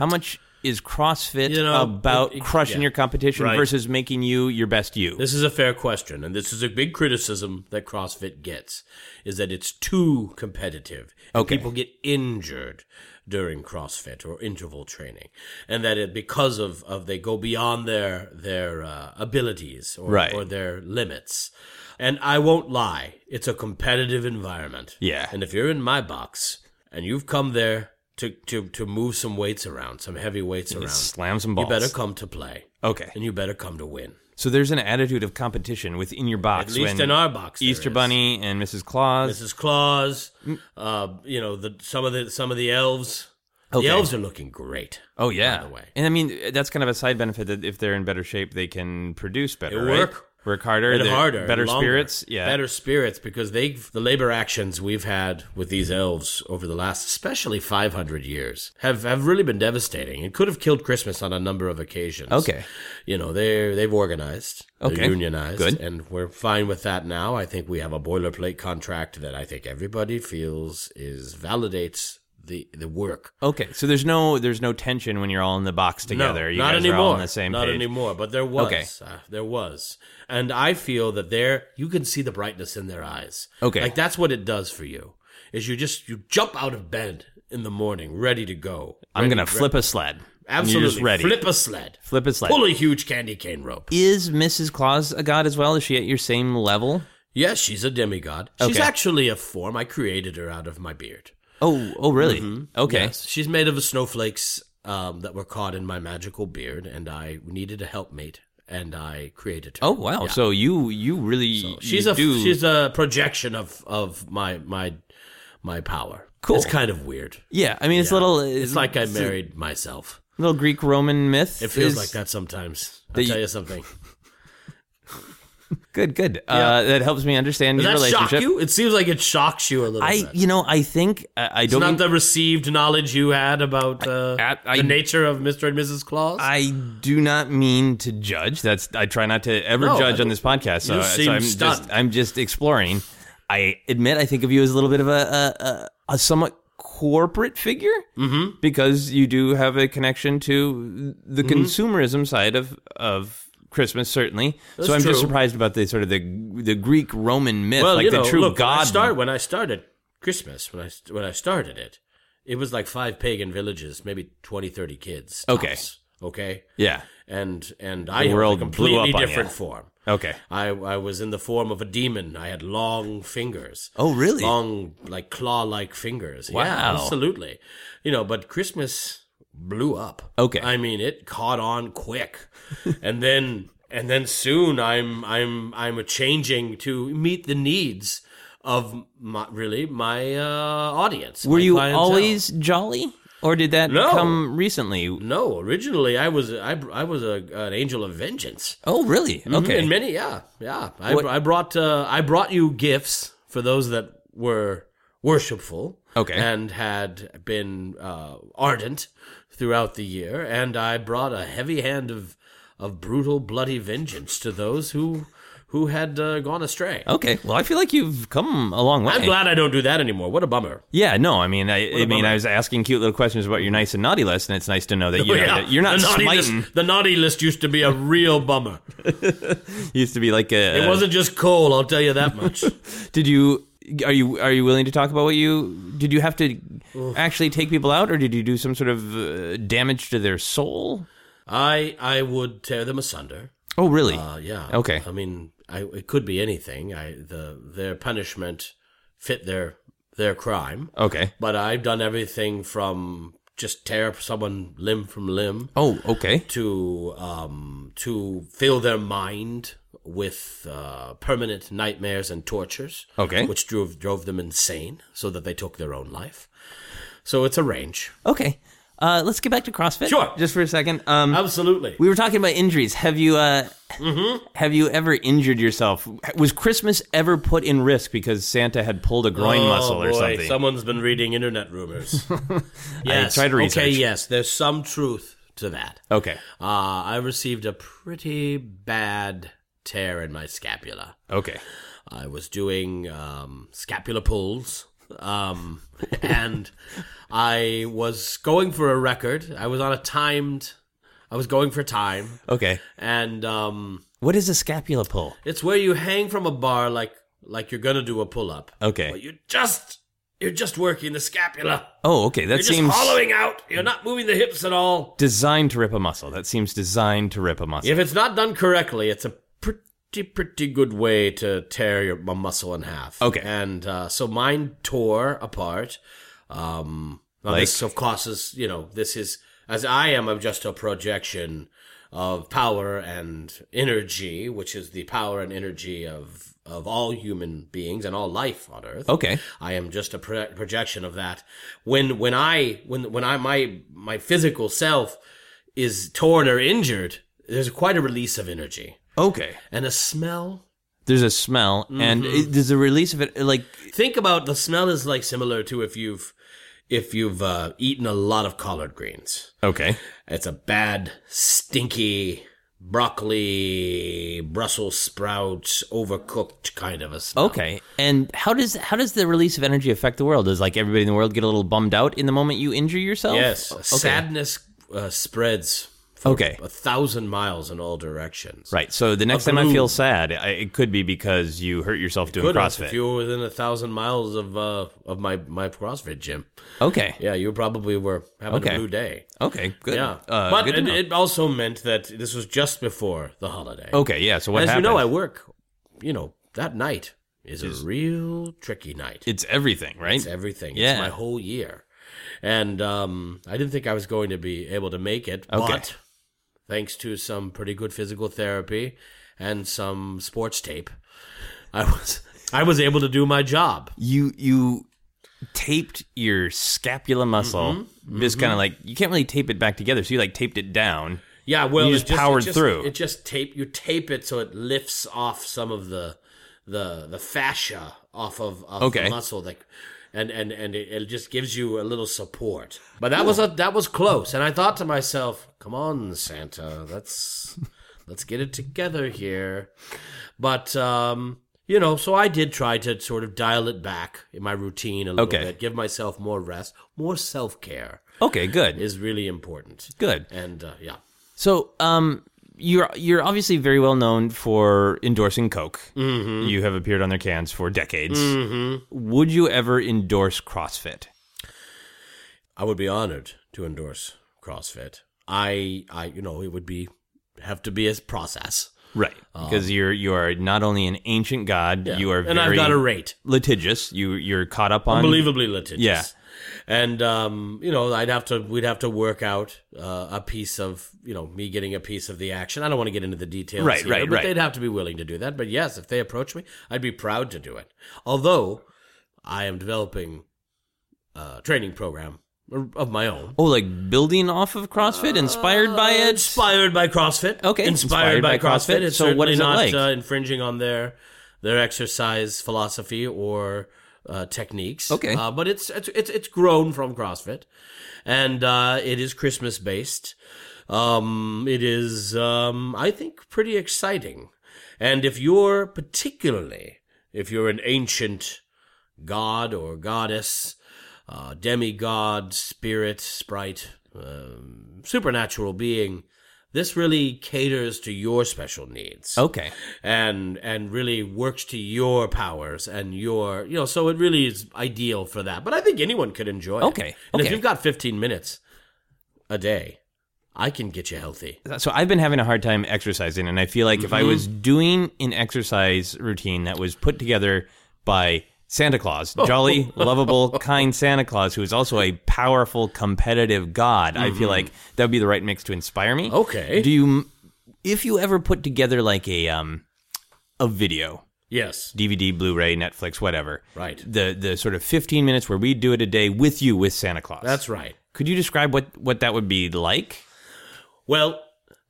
Speaker 3: How much is CrossFit
Speaker 4: You know,
Speaker 3: about
Speaker 4: it- it-
Speaker 3: crushing
Speaker 4: yeah.
Speaker 3: your competition
Speaker 4: Right.
Speaker 3: versus making you your best you?
Speaker 4: This is a fair question, and this is a big criticism that CrossFit gets is that it's too competitive. and
Speaker 3: Okay.
Speaker 4: People get injured during CrossFit or interval training, and that it because of, of they go beyond their their uh, abilities or,
Speaker 3: Right.
Speaker 4: or their limits. And I won't lie, it's a competitive environment.
Speaker 3: Yeah.
Speaker 4: And if you're in my box and you've come there to to to move some weights around, some heavy weights around,
Speaker 3: Slam some
Speaker 4: you
Speaker 3: balls.
Speaker 4: better come to play,
Speaker 3: okay.
Speaker 4: and you better come to win.
Speaker 3: So there's an attitude of competition within your box.
Speaker 4: At least
Speaker 3: when
Speaker 4: in our box, there
Speaker 3: Easter
Speaker 4: is.
Speaker 3: Bunny Mm. and Mrs. Claus.
Speaker 4: Mrs. Claus, uh, you know the some of the some of the elves.
Speaker 3: Okay.
Speaker 4: The elves are looking great.
Speaker 3: oh yeah.
Speaker 4: the way.
Speaker 3: And I mean that's kind of a side benefit that if they're in better shape, they can produce better.
Speaker 4: They
Speaker 3: right?
Speaker 4: work.
Speaker 3: Work harder.
Speaker 4: And
Speaker 3: they're
Speaker 4: harder,
Speaker 3: Better
Speaker 4: and longer.
Speaker 3: spirits. Yeah.
Speaker 4: better spirits because they the labor actions we've had with these elves over the last, especially 500 years, have have really been devastating. It could have killed Christmas on a number of occasions.
Speaker 3: Okay.
Speaker 4: you know they they've organized, they're
Speaker 3: Okay.
Speaker 4: unionized,
Speaker 3: Good.
Speaker 4: and we're fine with that now. I think we have a boilerplate contract that I think everybody feels is validates the the work
Speaker 3: Okay. So there's no there's no tension when you're all in the box together.
Speaker 4: No,
Speaker 3: you
Speaker 4: not
Speaker 3: guys
Speaker 4: anymore.
Speaker 3: are all on the same
Speaker 4: not
Speaker 3: page.
Speaker 4: anymore. But there was.
Speaker 3: Okay.
Speaker 4: Uh, there was, and I feel that there you can see the brightness in their eyes.
Speaker 3: Okay.
Speaker 4: like that's what it does for you. Is you just you jump out of bed in the morning ready to go.
Speaker 3: I'm
Speaker 4: Ready-
Speaker 3: gonna flip a sled. And
Speaker 4: Absolutely
Speaker 3: You're just ready.
Speaker 4: Flip a sled.
Speaker 3: Flip a sled.
Speaker 4: Pull a huge candy cane rope.
Speaker 3: Is Mrs. Claus a god as well? Is she at your same level?
Speaker 4: Yes, she's a demigod. She's
Speaker 3: Okay.
Speaker 4: actually a form. I created her out of my beard.
Speaker 3: Oh, oh, really? Okay.
Speaker 4: Mm-hmm. Yes, she's made of snowflakes um, that were caught in my magical beard, and I needed a helpmate, and I created her.
Speaker 3: Oh, wow. So you you really
Speaker 4: She's
Speaker 3: you
Speaker 4: a
Speaker 3: do-
Speaker 4: she's a projection of of my my my power.
Speaker 3: Cool.
Speaker 4: It's kind of weird.
Speaker 3: yeah. I mean, it's little.
Speaker 4: It's like I married myself.
Speaker 3: little Greek Roman myth.
Speaker 4: It feels
Speaker 3: is-
Speaker 4: like that sometimes. I'll
Speaker 3: That you-
Speaker 4: tell you something.
Speaker 3: Good, good. Uh, that helps me understand
Speaker 4: Does
Speaker 3: your
Speaker 4: that
Speaker 3: relationship.
Speaker 4: shock you? It seems like it shocks you a little
Speaker 3: I,
Speaker 4: bit.
Speaker 3: you know, I think I, I
Speaker 4: It's
Speaker 3: don't.
Speaker 4: not
Speaker 3: mean-
Speaker 4: the received knowledge you had about uh,
Speaker 3: I- I-
Speaker 4: the nature of Mr. and Mrs. Claus.
Speaker 3: I do not mean to judge. That's I try not to ever
Speaker 4: No,
Speaker 3: judge
Speaker 4: I-
Speaker 3: on this podcast. So,
Speaker 4: you seem
Speaker 3: so I'm
Speaker 4: stunned.
Speaker 3: just I'm just exploring. I admit I think of you as a little bit of a a, a, a somewhat corporate figure mm-hmm. because you do have a connection to the
Speaker 4: Mm-hmm.
Speaker 3: consumerism side of of Christmas certainly. so I'm just
Speaker 4: true.
Speaker 3: surprised about the sort of the the Greek Roman myth,
Speaker 4: well,
Speaker 3: like
Speaker 4: you
Speaker 3: the
Speaker 4: know,
Speaker 3: true
Speaker 4: look, When I,
Speaker 3: god.
Speaker 4: start, when I started Christmas, when I when I started it, it was like five pagan villages, maybe 20, 30 kids.
Speaker 3: Okay.
Speaker 4: tops, okay.
Speaker 3: yeah.
Speaker 4: and and I
Speaker 3: world
Speaker 4: world
Speaker 3: blew
Speaker 4: a completely
Speaker 3: up on
Speaker 4: different
Speaker 3: ya.
Speaker 4: form.
Speaker 3: Okay.
Speaker 4: I I was in the form of a demon. I had long fingers.
Speaker 3: Oh, really?
Speaker 4: Long, like claw-like fingers. Yeah,
Speaker 3: Wow.
Speaker 4: absolutely. You know, but Christmas blew up.
Speaker 3: Okay.
Speaker 4: I mean, it caught on quick, and then and then soon I'm I'm I'm changing to meet the needs of my really my uh, audience.
Speaker 3: Were
Speaker 4: my
Speaker 3: you
Speaker 4: clientele.
Speaker 3: always jolly? Or did that
Speaker 4: No.
Speaker 3: come recently?
Speaker 4: No, originally I was I, I was a, an angel of vengeance.
Speaker 3: Oh, really?
Speaker 4: Mm-hmm.
Speaker 3: Okay.
Speaker 4: And many, yeah, yeah. I,
Speaker 3: What-
Speaker 4: I brought uh, I brought you gifts for those that were worshipful,
Speaker 3: Okay.
Speaker 4: and had been uh, ardent throughout the year, and I brought a heavy hand of of brutal, bloody vengeance to those who who had uh, gone astray.
Speaker 3: Okay. Well, I feel like you've come a long way.
Speaker 4: I'm glad I don't do that anymore. What a bummer.
Speaker 3: Yeah, no, I mean, I, I
Speaker 4: a
Speaker 3: mean,
Speaker 4: bummer.
Speaker 3: I was asking cute little questions about your nice and naughty list, and it's nice to know that you,
Speaker 4: Oh, yeah.
Speaker 3: that you're not
Speaker 4: the naughty
Speaker 3: smiting.
Speaker 4: List, the naughty list used to be a real bummer.
Speaker 3: Used to be like a. uh,
Speaker 4: It wasn't just coal, I'll tell you that much.
Speaker 3: Did you? Are you are you willing to talk about what you did? You have to actually take people out, or did you do some sort of uh, damage to their soul?
Speaker 4: I I would tear them asunder.
Speaker 3: Oh, really?
Speaker 4: Uh, yeah.
Speaker 3: Okay.
Speaker 4: I mean, I, it could be anything. I the their punishment fit their their crime,
Speaker 3: okay.
Speaker 4: but I've done everything from just tear someone limb from limb
Speaker 3: Oh, okay.
Speaker 4: to um to fill their mind with uh, permanent nightmares and tortures.
Speaker 3: Okay.
Speaker 4: Which drove drove them insane, so that they took their own life. So it's a range.
Speaker 3: Okay. Uh, let's get back to CrossFit.
Speaker 4: Sure.
Speaker 3: Just for a second. Um,
Speaker 4: Absolutely.
Speaker 3: we were talking about injuries. Have you uh,
Speaker 4: Mm-hmm.
Speaker 3: have you ever injured yourself? Was Christmas ever put in risk because Santa had pulled a groin muscle or
Speaker 4: Oh, boy,
Speaker 3: something?
Speaker 4: Someone's been reading internet rumors. yes.
Speaker 3: tried to
Speaker 4: Okay,
Speaker 3: research. Oh.
Speaker 4: yes, there's some truth to that.
Speaker 3: okay.
Speaker 4: Uh, I received a pretty bad tear in my scapula.
Speaker 3: Okay.
Speaker 4: I was doing um, scapula pulls, um, and I was going for a record. I was on a timed. I was going for time,
Speaker 3: Okay.
Speaker 4: and um,
Speaker 3: What is a scapula pull?
Speaker 4: it's where you hang from a bar like like you're gonna do a pull up.
Speaker 3: Okay.
Speaker 4: But you're just you're just working the scapula.
Speaker 3: Oh, okay. That
Speaker 4: You're
Speaker 3: seems
Speaker 4: just hollowing out. You're not moving the hips at all.
Speaker 3: designed to rip a muscle. That seems designed to rip a muscle.
Speaker 4: If it's not done correctly, it's a pretty pretty good way to tear your a muscle in half.
Speaker 3: Okay.
Speaker 4: And uh, so mine tore apart. Um, now
Speaker 3: Like-
Speaker 4: this of course is you know this is as I am I'm just a projection of power and energy, which is the power and energy of of all human beings and all life on earth.
Speaker 3: Okay.
Speaker 4: I am just a pro- projection of that. When when I when when I my my physical self is torn or injured, there's quite a release of energy
Speaker 3: Okay.
Speaker 4: and a smell.
Speaker 3: There's a smell, and
Speaker 4: Mm-hmm.
Speaker 3: it, there's a release of it. Like,
Speaker 4: Think about the smell is like similar to if you've if you've uh, eaten a lot of collard greens.
Speaker 3: okay.
Speaker 4: It's a bad, stinky broccoli, Brussels sprouts, overcooked kind of a smell.
Speaker 3: Okay. And how does how does the release of energy affect the world? Does like everybody in the world get a little bummed out in the moment you injure yourself?
Speaker 4: Yes,
Speaker 3: Okay.
Speaker 4: sadness uh, spreads for
Speaker 3: Okay.
Speaker 4: a thousand miles in all directions.
Speaker 3: Right. So the next
Speaker 4: A
Speaker 3: time I feel
Speaker 4: gloom.
Speaker 3: sad, I, it could be because you hurt yourself doing
Speaker 4: Could have,
Speaker 3: CrossFit.
Speaker 4: If you were within a thousand miles of uh, of my my CrossFit gym,
Speaker 3: okay.
Speaker 4: yeah, you probably were having
Speaker 3: Okay.
Speaker 4: a blue day.
Speaker 3: Okay. Good.
Speaker 4: Yeah,
Speaker 3: Uh,
Speaker 4: but
Speaker 3: good to
Speaker 4: it,
Speaker 3: know.
Speaker 4: it also meant that this was just before the holiday.
Speaker 3: okay. Yeah. So Oh, what
Speaker 4: as
Speaker 3: happened?
Speaker 4: you know, I work. You know that night is a real tricky night.
Speaker 3: it's everything, right?
Speaker 4: It's everything.
Speaker 3: Yeah.
Speaker 4: It's my whole year. And um, I didn't think I was going to be able to make it,
Speaker 3: Okay.
Speaker 4: but thanks to some pretty good physical therapy and some sports tape, I was I was able to do my job.
Speaker 3: you you taped your scapula muscle.
Speaker 4: Mm-hmm.
Speaker 3: Just kind of like you can't really tape it back together, so you like taped it down.
Speaker 4: Yeah, well,
Speaker 3: You
Speaker 4: it
Speaker 3: just powered
Speaker 4: it just,
Speaker 3: through.
Speaker 4: It just tape you tape it so it lifts off some of the the the fascia off of, of
Speaker 3: Okay.
Speaker 4: the muscle that and and and it, it just gives you a little support. But that was a, that was close, and I thought to myself, "Come on, Santa, let's let's get it together here." But um, you know, so I did try to sort of dial it back in my routine a little
Speaker 3: Okay.
Speaker 4: bit, give myself more rest, more self care
Speaker 3: Okay, good,
Speaker 4: is really important.
Speaker 3: good.
Speaker 4: And uh, yeah.
Speaker 3: So, um, you're you're obviously very well known for endorsing Coke. Mm-hmm. You have appeared on their cans for decades. Mm-hmm. Would you ever endorse CrossFit?
Speaker 4: I would be honored to endorse CrossFit. I, I, you know, it would be have to be a process.
Speaker 3: Right, because you're you are not only an ancient god, you are
Speaker 4: Um, and
Speaker 3: very
Speaker 4: I've got a rate,
Speaker 3: litigious. You you're caught up on
Speaker 4: unbelievably litigious.
Speaker 3: Yeah.
Speaker 4: and um, you know, I'd have to, we'd have to work out uh, a piece of, you know, me getting a piece of the action. I don't want to get into the details,
Speaker 3: Right,
Speaker 4: here,
Speaker 3: right,
Speaker 4: but
Speaker 3: right.
Speaker 4: They'd have to be willing to do that. But yes, if they approach me, I'd be proud to do it. Although I am developing a training program or of my own.
Speaker 3: Oh, like building off of CrossFit, inspired by it.
Speaker 4: Inspired by CrossFit.
Speaker 3: Okay,
Speaker 4: Inspired,
Speaker 3: inspired
Speaker 4: by,
Speaker 3: by
Speaker 4: CrossFit.
Speaker 3: CrossFit.
Speaker 4: It's
Speaker 3: So what
Speaker 4: certainly
Speaker 3: is it
Speaker 4: not
Speaker 3: like?
Speaker 4: uh, infringing on their their exercise philosophy or uh, techniques.
Speaker 3: Okay.
Speaker 4: Uh, but it's, it's it's it's grown from CrossFit, and uh, it is Christmas based. Um, it is, um, I think, pretty exciting. And if you're particularly, if you're an ancient god or goddess, uh, demigod, spirit, sprite, um, supernatural being, this really caters to your special needs
Speaker 3: okay,
Speaker 4: and and really works to your powers and your you know so it really is ideal for that but i think anyone could enjoy it.
Speaker 3: Okay,
Speaker 4: and if
Speaker 3: okay.
Speaker 4: you've got 15 minutes a day i can get you healthy
Speaker 3: so I've been having a hard time exercising, and I feel like if I was
Speaker 4: Mm-hmm.
Speaker 3: doing an exercise routine that was put together by Santa Claus, jolly, lovable, kind Santa Claus, who is also a powerful, competitive god, I feel like that would be the right mix to inspire me.
Speaker 4: Mm-hmm. Okay.
Speaker 3: Do you, if you ever put together like a um, a video
Speaker 4: yes
Speaker 3: DVD, Blu-ray, Netflix, whatever.
Speaker 4: Right.
Speaker 3: The the sort of 15 minutes where we do it a day with you with Santa Claus.
Speaker 4: that's right
Speaker 3: Could you describe what what that would be like?
Speaker 4: Well,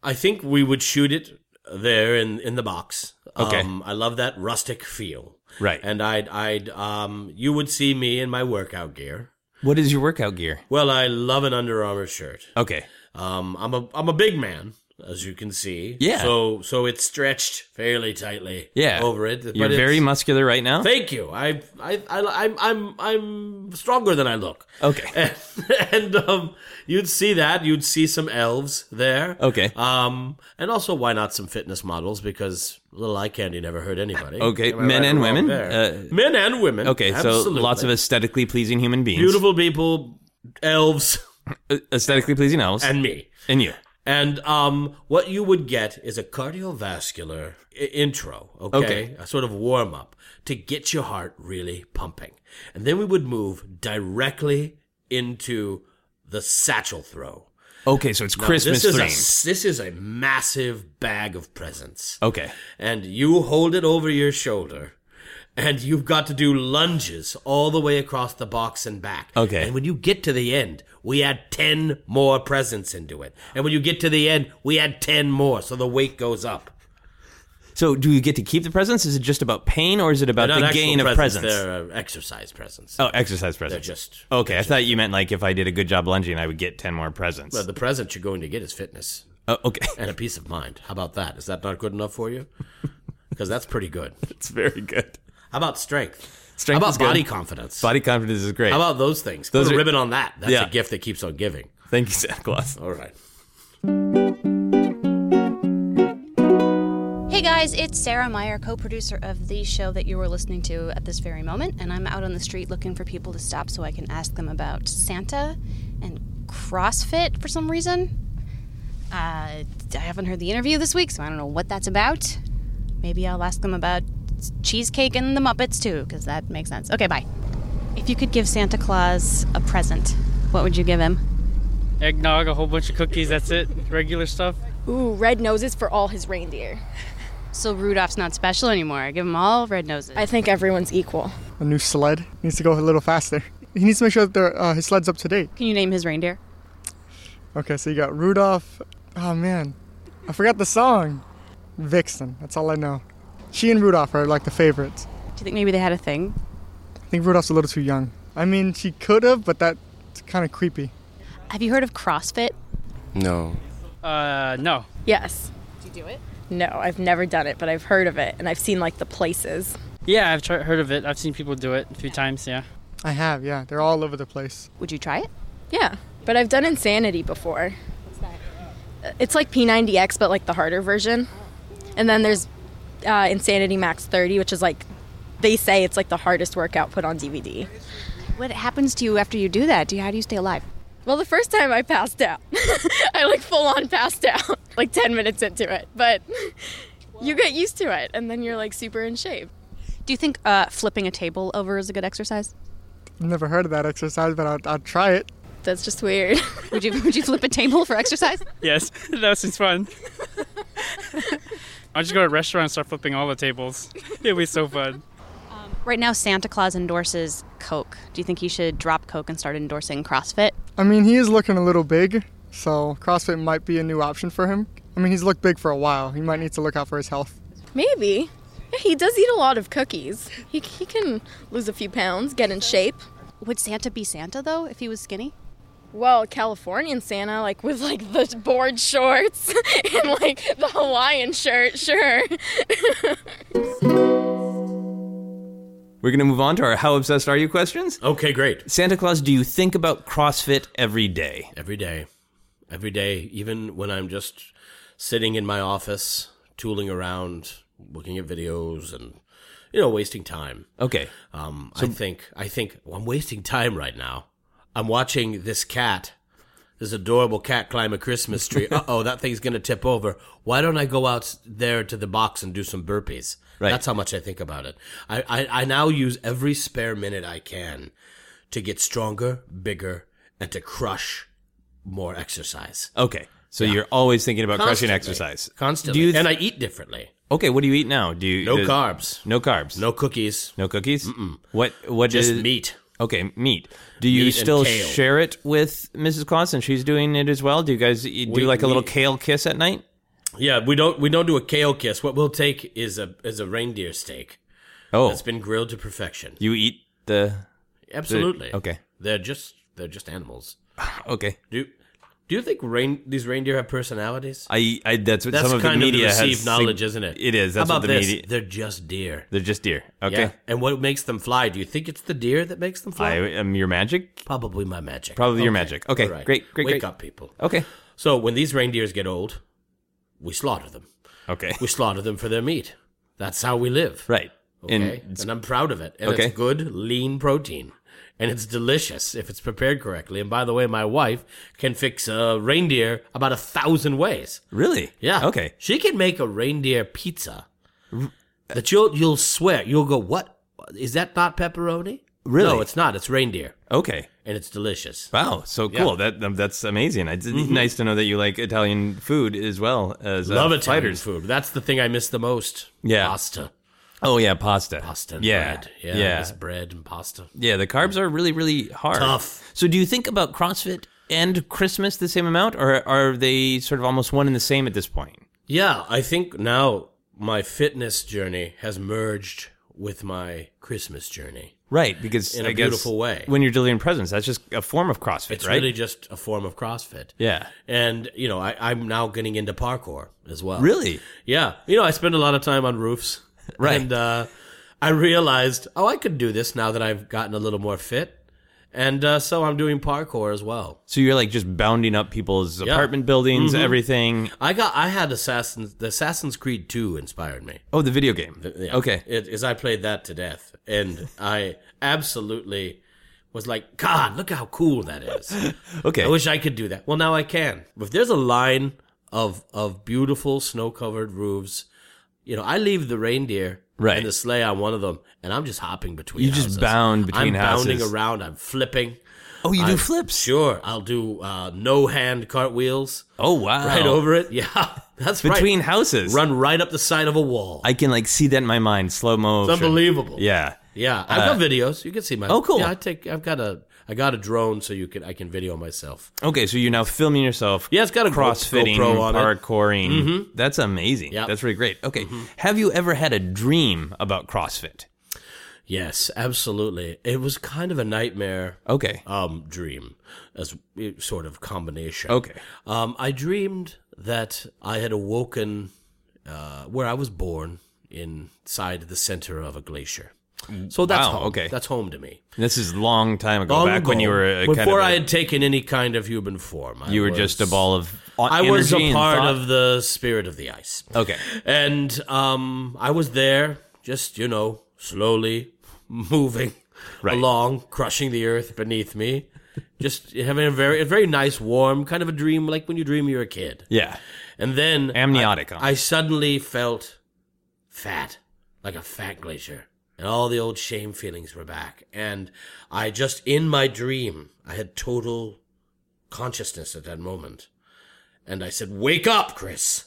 Speaker 4: I think we would shoot it there in in the box.
Speaker 3: Okay.
Speaker 4: Um, I love that rustic feel.
Speaker 3: Right.
Speaker 4: And I'd I'd um you would see me in my workout gear.
Speaker 3: What is your workout gear?
Speaker 4: Well, I love an Under Armour shirt.
Speaker 3: Okay.
Speaker 4: Um, I'm a I'm a big man, as you can see.
Speaker 3: Yeah.
Speaker 4: So so it's stretched fairly tightly.
Speaker 3: Yeah.
Speaker 4: Over it.
Speaker 3: You're
Speaker 4: it's-
Speaker 3: very muscular right now.
Speaker 4: Thank you. I I I I'm I'm I'm stronger than I look.
Speaker 3: okay.
Speaker 4: and, and um, you'd see that you'd see some elves there.
Speaker 3: Okay.
Speaker 4: Um, and also, why not some fitness models? Because little eye candy never hurt anybody.
Speaker 3: Okay,
Speaker 4: Am I
Speaker 3: men
Speaker 4: right
Speaker 3: and
Speaker 4: or wrong
Speaker 3: women?
Speaker 4: there?
Speaker 3: Uh,
Speaker 4: men and women.
Speaker 3: Okay,
Speaker 4: absolutely.
Speaker 3: so lots of aesthetically pleasing human beings.
Speaker 4: beautiful people, elves,
Speaker 3: Uh, aesthetically pleasing elves and,
Speaker 4: and me.
Speaker 3: you.
Speaker 4: And um, what you would get is a cardiovascular I- intro, okay?
Speaker 3: Okay.
Speaker 4: A sort of warm up to get your heart really pumping. And then we would move directly into the satchel throw.
Speaker 3: Okay, so it's
Speaker 4: Now,
Speaker 3: Christmas
Speaker 4: this is, a,
Speaker 3: themed.
Speaker 4: s- this is a massive bag of presents.
Speaker 3: Okay.
Speaker 4: And you hold it over your shoulder. And you've got to do lunges all the way across the box and back.
Speaker 3: Okay.
Speaker 4: And when you get to the end, we add 10 more presents into it. And when you get to the end, we add 10 more. So the weight goes up.
Speaker 3: So do you get to keep the presents? Is it just about pain or is it about
Speaker 4: They're
Speaker 3: the
Speaker 4: not
Speaker 3: gain
Speaker 4: actual
Speaker 3: of presents?
Speaker 4: They're uh, exercise presents.
Speaker 3: Oh, exercise
Speaker 4: They're
Speaker 3: presents.
Speaker 4: just.
Speaker 3: okay, I thought you meant like if I did a good job lunging, I would get 10 more presents.
Speaker 4: But uh, the present you're going to get is fitness
Speaker 3: Oh, okay.
Speaker 4: and a peace of mind. How about that? Is that not good enough for you? Because that's pretty good.
Speaker 3: It's very good.
Speaker 4: How about strength?
Speaker 3: Strength
Speaker 4: How
Speaker 3: is
Speaker 4: about
Speaker 3: good.
Speaker 4: body confidence?
Speaker 3: Body confidence is great.
Speaker 4: How about those things? Put
Speaker 3: Those
Speaker 4: a
Speaker 3: are-
Speaker 4: ribbon on that. That's
Speaker 3: Yeah.
Speaker 4: a gift that keeps on giving.
Speaker 3: Thank you, Santa Claus.
Speaker 4: All right.
Speaker 1: Hey guys, it's Sarah Meyer, co producer of the show that you were listening to at this very moment, and I'm out on the street looking for people to stop so I can ask them about Santa and CrossFit for some reason. Uh, I haven't heard the interview this week, so I don't know what that's about. Maybe I'll ask them about cheesecake and the Muppets too, because that makes sense. Okay, bye. If you could give Santa Claus a present, what would you give him?
Speaker 5: eggnog, a whole bunch of cookies. That's it. Regular stuff.
Speaker 6: Ooh, red noses for all his reindeer.
Speaker 1: So Rudolph's not special anymore. Give him all red noses.
Speaker 6: I think everyone's equal.
Speaker 7: a new sled. He needs to go a little faster. He needs to make sure that their, uh, his sled's up to date.
Speaker 1: Can you name his reindeer?
Speaker 7: Okay, so you got Rudolph. Oh man, I forgot the song. Vixen. That's all I know. She and Rudolph are like the favorites.
Speaker 1: Do you think maybe they had a thing?
Speaker 7: I think Rudolph's a little too young. I mean, she could have, but that's kind of creepy.
Speaker 1: Have you heard of CrossFit?
Speaker 8: No.
Speaker 5: Uh, no.
Speaker 6: Yes.
Speaker 1: Did you do it?
Speaker 6: No, I've never done it, but I've heard of it and I've seen like the places.
Speaker 5: Yeah, I've tr- heard of it. I've seen people do it a few times. Yeah.
Speaker 7: I have, yeah. They're all over the place.
Speaker 1: Would you try it?
Speaker 6: Yeah. But I've done Insanity before. What's that? It's like P90X, but like the harder version. And then there's uh, Insanity Max 30, which is like, they say it's like the hardest workout put on DVD.
Speaker 1: What happens to you after you do that? Do you, how do you stay alive?
Speaker 6: Well, the first time I passed out, I like full on passed out, like 10 minutes into it. But you get used to it and then you're like super in shape.
Speaker 1: Do you think uh, flipping a table over is a good exercise?
Speaker 7: I've never heard of that exercise, but I'll, I'll try it.
Speaker 6: That's just weird.
Speaker 1: Would you would you flip a table for exercise?
Speaker 5: Yes, that seems fun. I just go to a restaurant and start flipping all the tables. It'd be so fun.
Speaker 1: Right now, Santa Claus endorses Coke. Do you think he should drop Coke and start endorsing CrossFit?
Speaker 7: I mean, he is looking a little big, so CrossFit might be a new option for him. I mean, he's looked big for a while. He might need to look out for his health.
Speaker 6: Maybe. Yeah, he does eat a lot of cookies. He, he can lose a few pounds, get in shape.
Speaker 1: Would Santa be Santa though if he was skinny?
Speaker 6: Well, Californian Santa, like with like the board shorts and like the Hawaiian shirt, sure.
Speaker 3: We're going to move on to our How Obsessed Are You questions.
Speaker 4: Okay, great.
Speaker 3: Santa Claus, do you think about CrossFit every day?
Speaker 4: Every day. Every day, even when I'm just sitting in my office, tooling around, looking at videos and you know, wasting time.
Speaker 3: Okay.
Speaker 4: Um, I think I think well, I'm wasting time right now. I'm watching this cat, this adorable cat climb a Christmas tree. uh oh, that thing's gonna tip over. Why don't I go out there to the box and do some burpees?
Speaker 3: Right.
Speaker 4: That's how much I think about it. I, I, I now use every spare minute I can to get stronger, bigger, and to crush more exercise.
Speaker 3: Okay. So you're always thinking about crushing
Speaker 4: Constantly.
Speaker 3: exercise.
Speaker 4: Constantly.
Speaker 3: Do you th-
Speaker 4: and I eat differently.
Speaker 3: Okay, what do you eat now? Do you
Speaker 4: No
Speaker 3: does-
Speaker 4: carbs.
Speaker 3: No carbs.
Speaker 4: No cookies.
Speaker 3: No cookies. What? What
Speaker 4: Just
Speaker 3: is-
Speaker 4: meat.
Speaker 3: Okay, meat. Do you
Speaker 4: Meat and
Speaker 3: still
Speaker 4: kale.
Speaker 3: share it with Mrs. Claus and she's doing it as well? Do you guys you do
Speaker 4: We-
Speaker 3: like a little
Speaker 4: we-
Speaker 3: kale kiss at night?
Speaker 4: Yeah, we don't we don't do a kale kiss. What we'll take is a is a reindeer steak
Speaker 3: Oh,
Speaker 4: that's been grilled to perfection.
Speaker 3: you eat the
Speaker 4: Absolutely.
Speaker 3: okay.
Speaker 4: They're just they're just animals.
Speaker 3: okay.
Speaker 4: Do do you think rain these reindeer have personalities?
Speaker 3: I, I that's what
Speaker 4: That's
Speaker 3: some of the
Speaker 4: kind of, the
Speaker 3: media
Speaker 4: received
Speaker 3: has
Speaker 4: knowledge,
Speaker 3: sig-
Speaker 4: isn't it?
Speaker 3: It is.
Speaker 4: How
Speaker 3: That's what
Speaker 4: about
Speaker 3: the
Speaker 4: this?
Speaker 3: media.
Speaker 4: They're just deer.
Speaker 3: They're just deer. Okay.
Speaker 4: Yeah. And what makes them fly? Do you think it's the deer that makes them
Speaker 3: I
Speaker 4: fly?
Speaker 3: am your magic.
Speaker 4: Probably my magic.
Speaker 3: Probably your magic. Okay,
Speaker 4: All right.
Speaker 3: great, great,
Speaker 4: Wake
Speaker 3: great.
Speaker 4: up, people.
Speaker 3: Okay.
Speaker 4: So when these reindeers get old, we slaughter them.
Speaker 3: Okay.
Speaker 4: We slaughter them for their meat. That's how we live.
Speaker 3: Right.
Speaker 4: Okay?
Speaker 3: And
Speaker 4: And, I'm proud of it. And
Speaker 3: Okay.
Speaker 4: it's good, lean protein. And it's delicious if it's prepared correctly. And by the way, my wife can fix a reindeer about a thousand ways.
Speaker 3: really?
Speaker 4: Yeah.
Speaker 3: Okay.
Speaker 4: She can make a reindeer pizza that you'll you'll swear you'll go what is that not pepperoni?
Speaker 3: Really?
Speaker 4: No, it's not. It's reindeer,
Speaker 3: Okay.
Speaker 4: and it's delicious.
Speaker 3: Wow. So
Speaker 4: Yeah. Mm-hmm.
Speaker 3: cool. That um, that's amazing. It's nice to know that you like Italian food as well as uh,
Speaker 4: Love Italian
Speaker 3: fighters.
Speaker 4: food. That's the thing I miss the most.
Speaker 3: Yeah.
Speaker 4: pasta,
Speaker 3: Oh yeah, pasta.
Speaker 4: pasta, and
Speaker 3: Yeah.
Speaker 4: bread. Yeah,
Speaker 3: yeah.
Speaker 4: this bread and pasta.
Speaker 3: Yeah, the carbs are really, really hard.
Speaker 4: Tough.
Speaker 3: So, do you think about CrossFit and Christmas the same amount, or are they sort of almost one and the same at this point?
Speaker 4: Yeah, I think now my fitness journey has merged with my Christmas journey.
Speaker 3: Right, because
Speaker 4: In
Speaker 3: a
Speaker 4: a beautiful way.
Speaker 3: when you're delivering presents, that's just a form of CrossFit,
Speaker 4: It's
Speaker 3: right?
Speaker 4: really just a form of CrossFit.
Speaker 3: yeah,
Speaker 4: And, you know, I, I'm now getting into parkour as well.
Speaker 3: really.
Speaker 4: Yeah. You know, I spend a lot of time on roofs.
Speaker 3: Right.
Speaker 4: And uh, I realized, oh, I could do this now that I've gotten a little more fit. And uh, so I'm doing parkour as well.
Speaker 3: So you're like just bounding up people's
Speaker 4: Yeah. Mm-hmm.
Speaker 3: apartment buildings, everything.
Speaker 4: I got, I had Assassin's, the Assassin's Creed 2 inspired me.
Speaker 3: Oh, the video game.
Speaker 4: Yeah.
Speaker 3: Okay,
Speaker 4: It is I played that to death, and I absolutely was like, God, look how cool that is.
Speaker 3: okay.
Speaker 4: I wish I could do that. Well, now I can. If there's a line of of beautiful snow covered roofs, you know, I leave the reindeer
Speaker 3: Right.
Speaker 4: and the sleigh on one of them, and I'm just hopping between.
Speaker 3: You just
Speaker 4: houses.
Speaker 3: bound between
Speaker 4: I'm bounding
Speaker 3: houses.
Speaker 4: around. I'm flipping.
Speaker 3: oh, you do
Speaker 4: I'm-
Speaker 3: flips.
Speaker 4: Sure, I'll do uh, no hand cartwheels
Speaker 3: Oh wow.
Speaker 4: right over it. Yeah, that's
Speaker 3: between
Speaker 4: right.
Speaker 3: houses.
Speaker 4: Run right up the side of a wall.
Speaker 3: I can like see that in my mind, slow mo.
Speaker 4: it's unbelievable.
Speaker 3: Yeah.
Speaker 4: Yeah, I've got videos. You can see my.
Speaker 3: Uh, Oh, cool.
Speaker 4: Yeah, I take. I've got a. I got a drone, so you can. I can video myself.
Speaker 3: Okay, so you're now filming yourself.
Speaker 4: Yeah, it's got a Go-
Speaker 3: crossfitting,
Speaker 4: GoPro on it. Mm-hmm.
Speaker 3: parkouring. That's amazing.
Speaker 4: Yep.
Speaker 3: That's really great. Okay,
Speaker 4: Mm-hmm.
Speaker 3: have you ever had a dream about CrossFit?
Speaker 4: Yes, absolutely. It was kind of a nightmare.
Speaker 3: Okay.
Speaker 4: Um, dream, as it- sort of combination.
Speaker 3: Okay.
Speaker 4: Um, I dreamed that I had awoken, uh, where I was born, inside the center of a glacier. So that's
Speaker 3: Mm, Wow,
Speaker 4: home.
Speaker 3: okay.
Speaker 4: That's home to me.
Speaker 3: This is long time ago,
Speaker 4: Long
Speaker 3: back when
Speaker 4: ago,
Speaker 3: you were a
Speaker 4: before
Speaker 3: kind of a-
Speaker 4: I had taken any kind of human form. I
Speaker 3: you were
Speaker 4: was-
Speaker 3: just a ball of uh,
Speaker 4: I was
Speaker 3: energy
Speaker 4: a
Speaker 3: and
Speaker 4: part
Speaker 3: thought.
Speaker 4: of the spirit of the ice.
Speaker 3: Okay.
Speaker 4: And um, I was there, just, you know, slowly moving
Speaker 3: Right.
Speaker 4: along, crushing the earth beneath me. Just having a very, a very nice, warm kind of a dream, like when you dream you're a kid.
Speaker 3: Yeah.
Speaker 4: And then
Speaker 3: Amniotic,
Speaker 4: I,
Speaker 3: huh?
Speaker 4: I suddenly felt fat, like a fat glacier, and all the old shame feelings were back. And I just in my dream, I had total consciousness at that moment, and I said, "Wake up, Chris!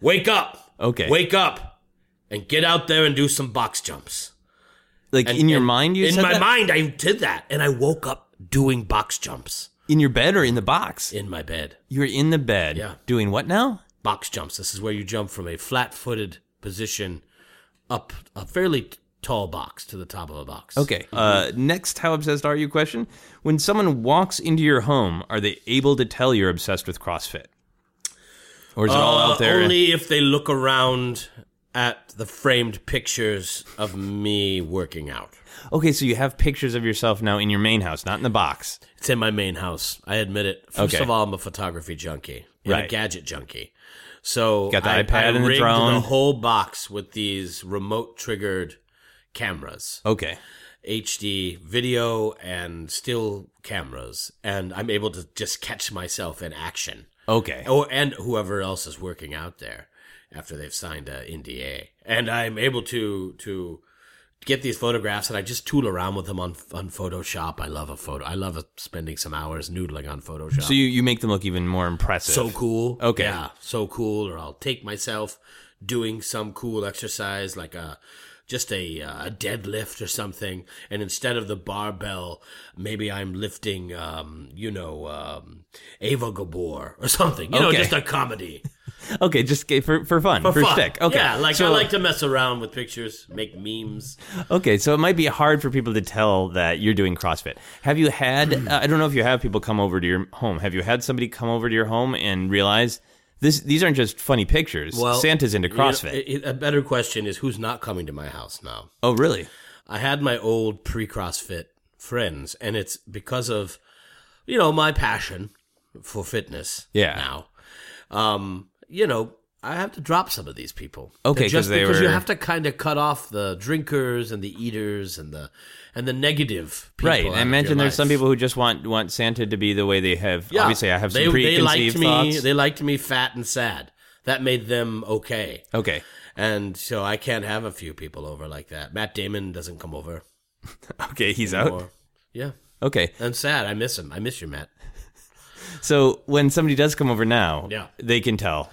Speaker 4: Wake up!
Speaker 3: Okay.
Speaker 4: Wake up, and get out there and do some box jumps."
Speaker 3: Like
Speaker 4: And-
Speaker 3: in your
Speaker 4: and-
Speaker 3: mind, you
Speaker 4: in
Speaker 3: said
Speaker 4: my
Speaker 3: that?
Speaker 4: mind, I did that, and I woke up doing box jumps
Speaker 3: in your bed or in the box.
Speaker 4: in my bed.
Speaker 3: You're in the bed.
Speaker 4: Yeah.
Speaker 3: Doing what now?
Speaker 4: Box jumps. This is where you jump from a flat-footed position up a fairly t- tall box to the top of a box.
Speaker 3: Okay. Uh, next, how obsessed are you? Question: When someone walks into your home, are they able to tell you're obsessed with CrossFit, or is it all
Speaker 4: Uh,
Speaker 3: out there?
Speaker 4: Only if they look around at the framed pictures of me working out.
Speaker 3: okay, so you have pictures of yourself now in your main house, not in the box.
Speaker 4: It's in my main house. I admit it. First
Speaker 3: Okay.
Speaker 4: of all, I'm a photography junkie and a
Speaker 3: Right.
Speaker 4: gadget junkie. So
Speaker 3: Got the
Speaker 4: I,
Speaker 3: iPad
Speaker 4: I
Speaker 3: and the
Speaker 4: rigged
Speaker 3: drone.
Speaker 4: the whole box with these remote triggered cameras,
Speaker 3: Okay.
Speaker 4: HD video and still cameras, and I'm able to just catch myself in action.
Speaker 3: Okay.
Speaker 4: Oh, and whoever else is working out there after they've signed a NDA, and I'm able to to get these photographs, and I just tool around with them on on Photoshop. I love a photo. I love spending some hours noodling on Photoshop.
Speaker 3: So you, you make them look even more impressive.
Speaker 4: so cool.
Speaker 3: Okay.
Speaker 4: yeah, so cool. Or I'll take myself doing some cool exercise like a. Just a, uh, a deadlift or something, and instead of the barbell, maybe I'm lifting, um, you know, um, Ava Gabor or something. You know,
Speaker 3: Okay.
Speaker 4: just a comedy.
Speaker 3: Okay, just g- for for fun, for,
Speaker 4: fun.
Speaker 3: shtick. Okay,
Speaker 4: Yeah, like
Speaker 3: so,
Speaker 4: I like to mess around with pictures, make memes.
Speaker 3: Okay, so it might be hard for people to tell that you're doing CrossFit. Have you had?
Speaker 4: Hmm.
Speaker 3: uh, I don't know if you have people come over to your home. Have you had somebody come over to your home and realize this? These aren't just funny pictures. Santa's into
Speaker 4: you know,
Speaker 3: CrossFit.
Speaker 4: it- it- a better question is who's not coming to my house now?
Speaker 3: oh, really?
Speaker 4: I had my old pre-CrossFit friends, and it's because of you know my passion for fitness.
Speaker 3: Yeah.
Speaker 4: Now, um, you know. I have to drop some of these people.
Speaker 3: Okay,
Speaker 4: And just
Speaker 3: 'cause they
Speaker 4: because you
Speaker 3: were-
Speaker 4: have to kind of cut off the drinkers and the eaters and the and the negative. People
Speaker 3: Right.
Speaker 4: out
Speaker 3: I
Speaker 4: of
Speaker 3: imagine
Speaker 4: your
Speaker 3: there's some
Speaker 4: life.
Speaker 3: people who just want want Santa to be the way they have. Obviously, I have some
Speaker 4: they, they
Speaker 3: preconceived
Speaker 4: liked me,
Speaker 3: thoughts.
Speaker 4: They liked me fat and sad. That made them okay.
Speaker 3: okay.
Speaker 4: And so I can't have a few people over like that. Matt Damon doesn't come over.
Speaker 3: Okay, he's out.
Speaker 4: Or, yeah.
Speaker 3: Okay.
Speaker 4: I'm sad. I miss him. I miss you, Matt.
Speaker 3: So when somebody does come over now,
Speaker 4: Yeah.
Speaker 3: they can tell.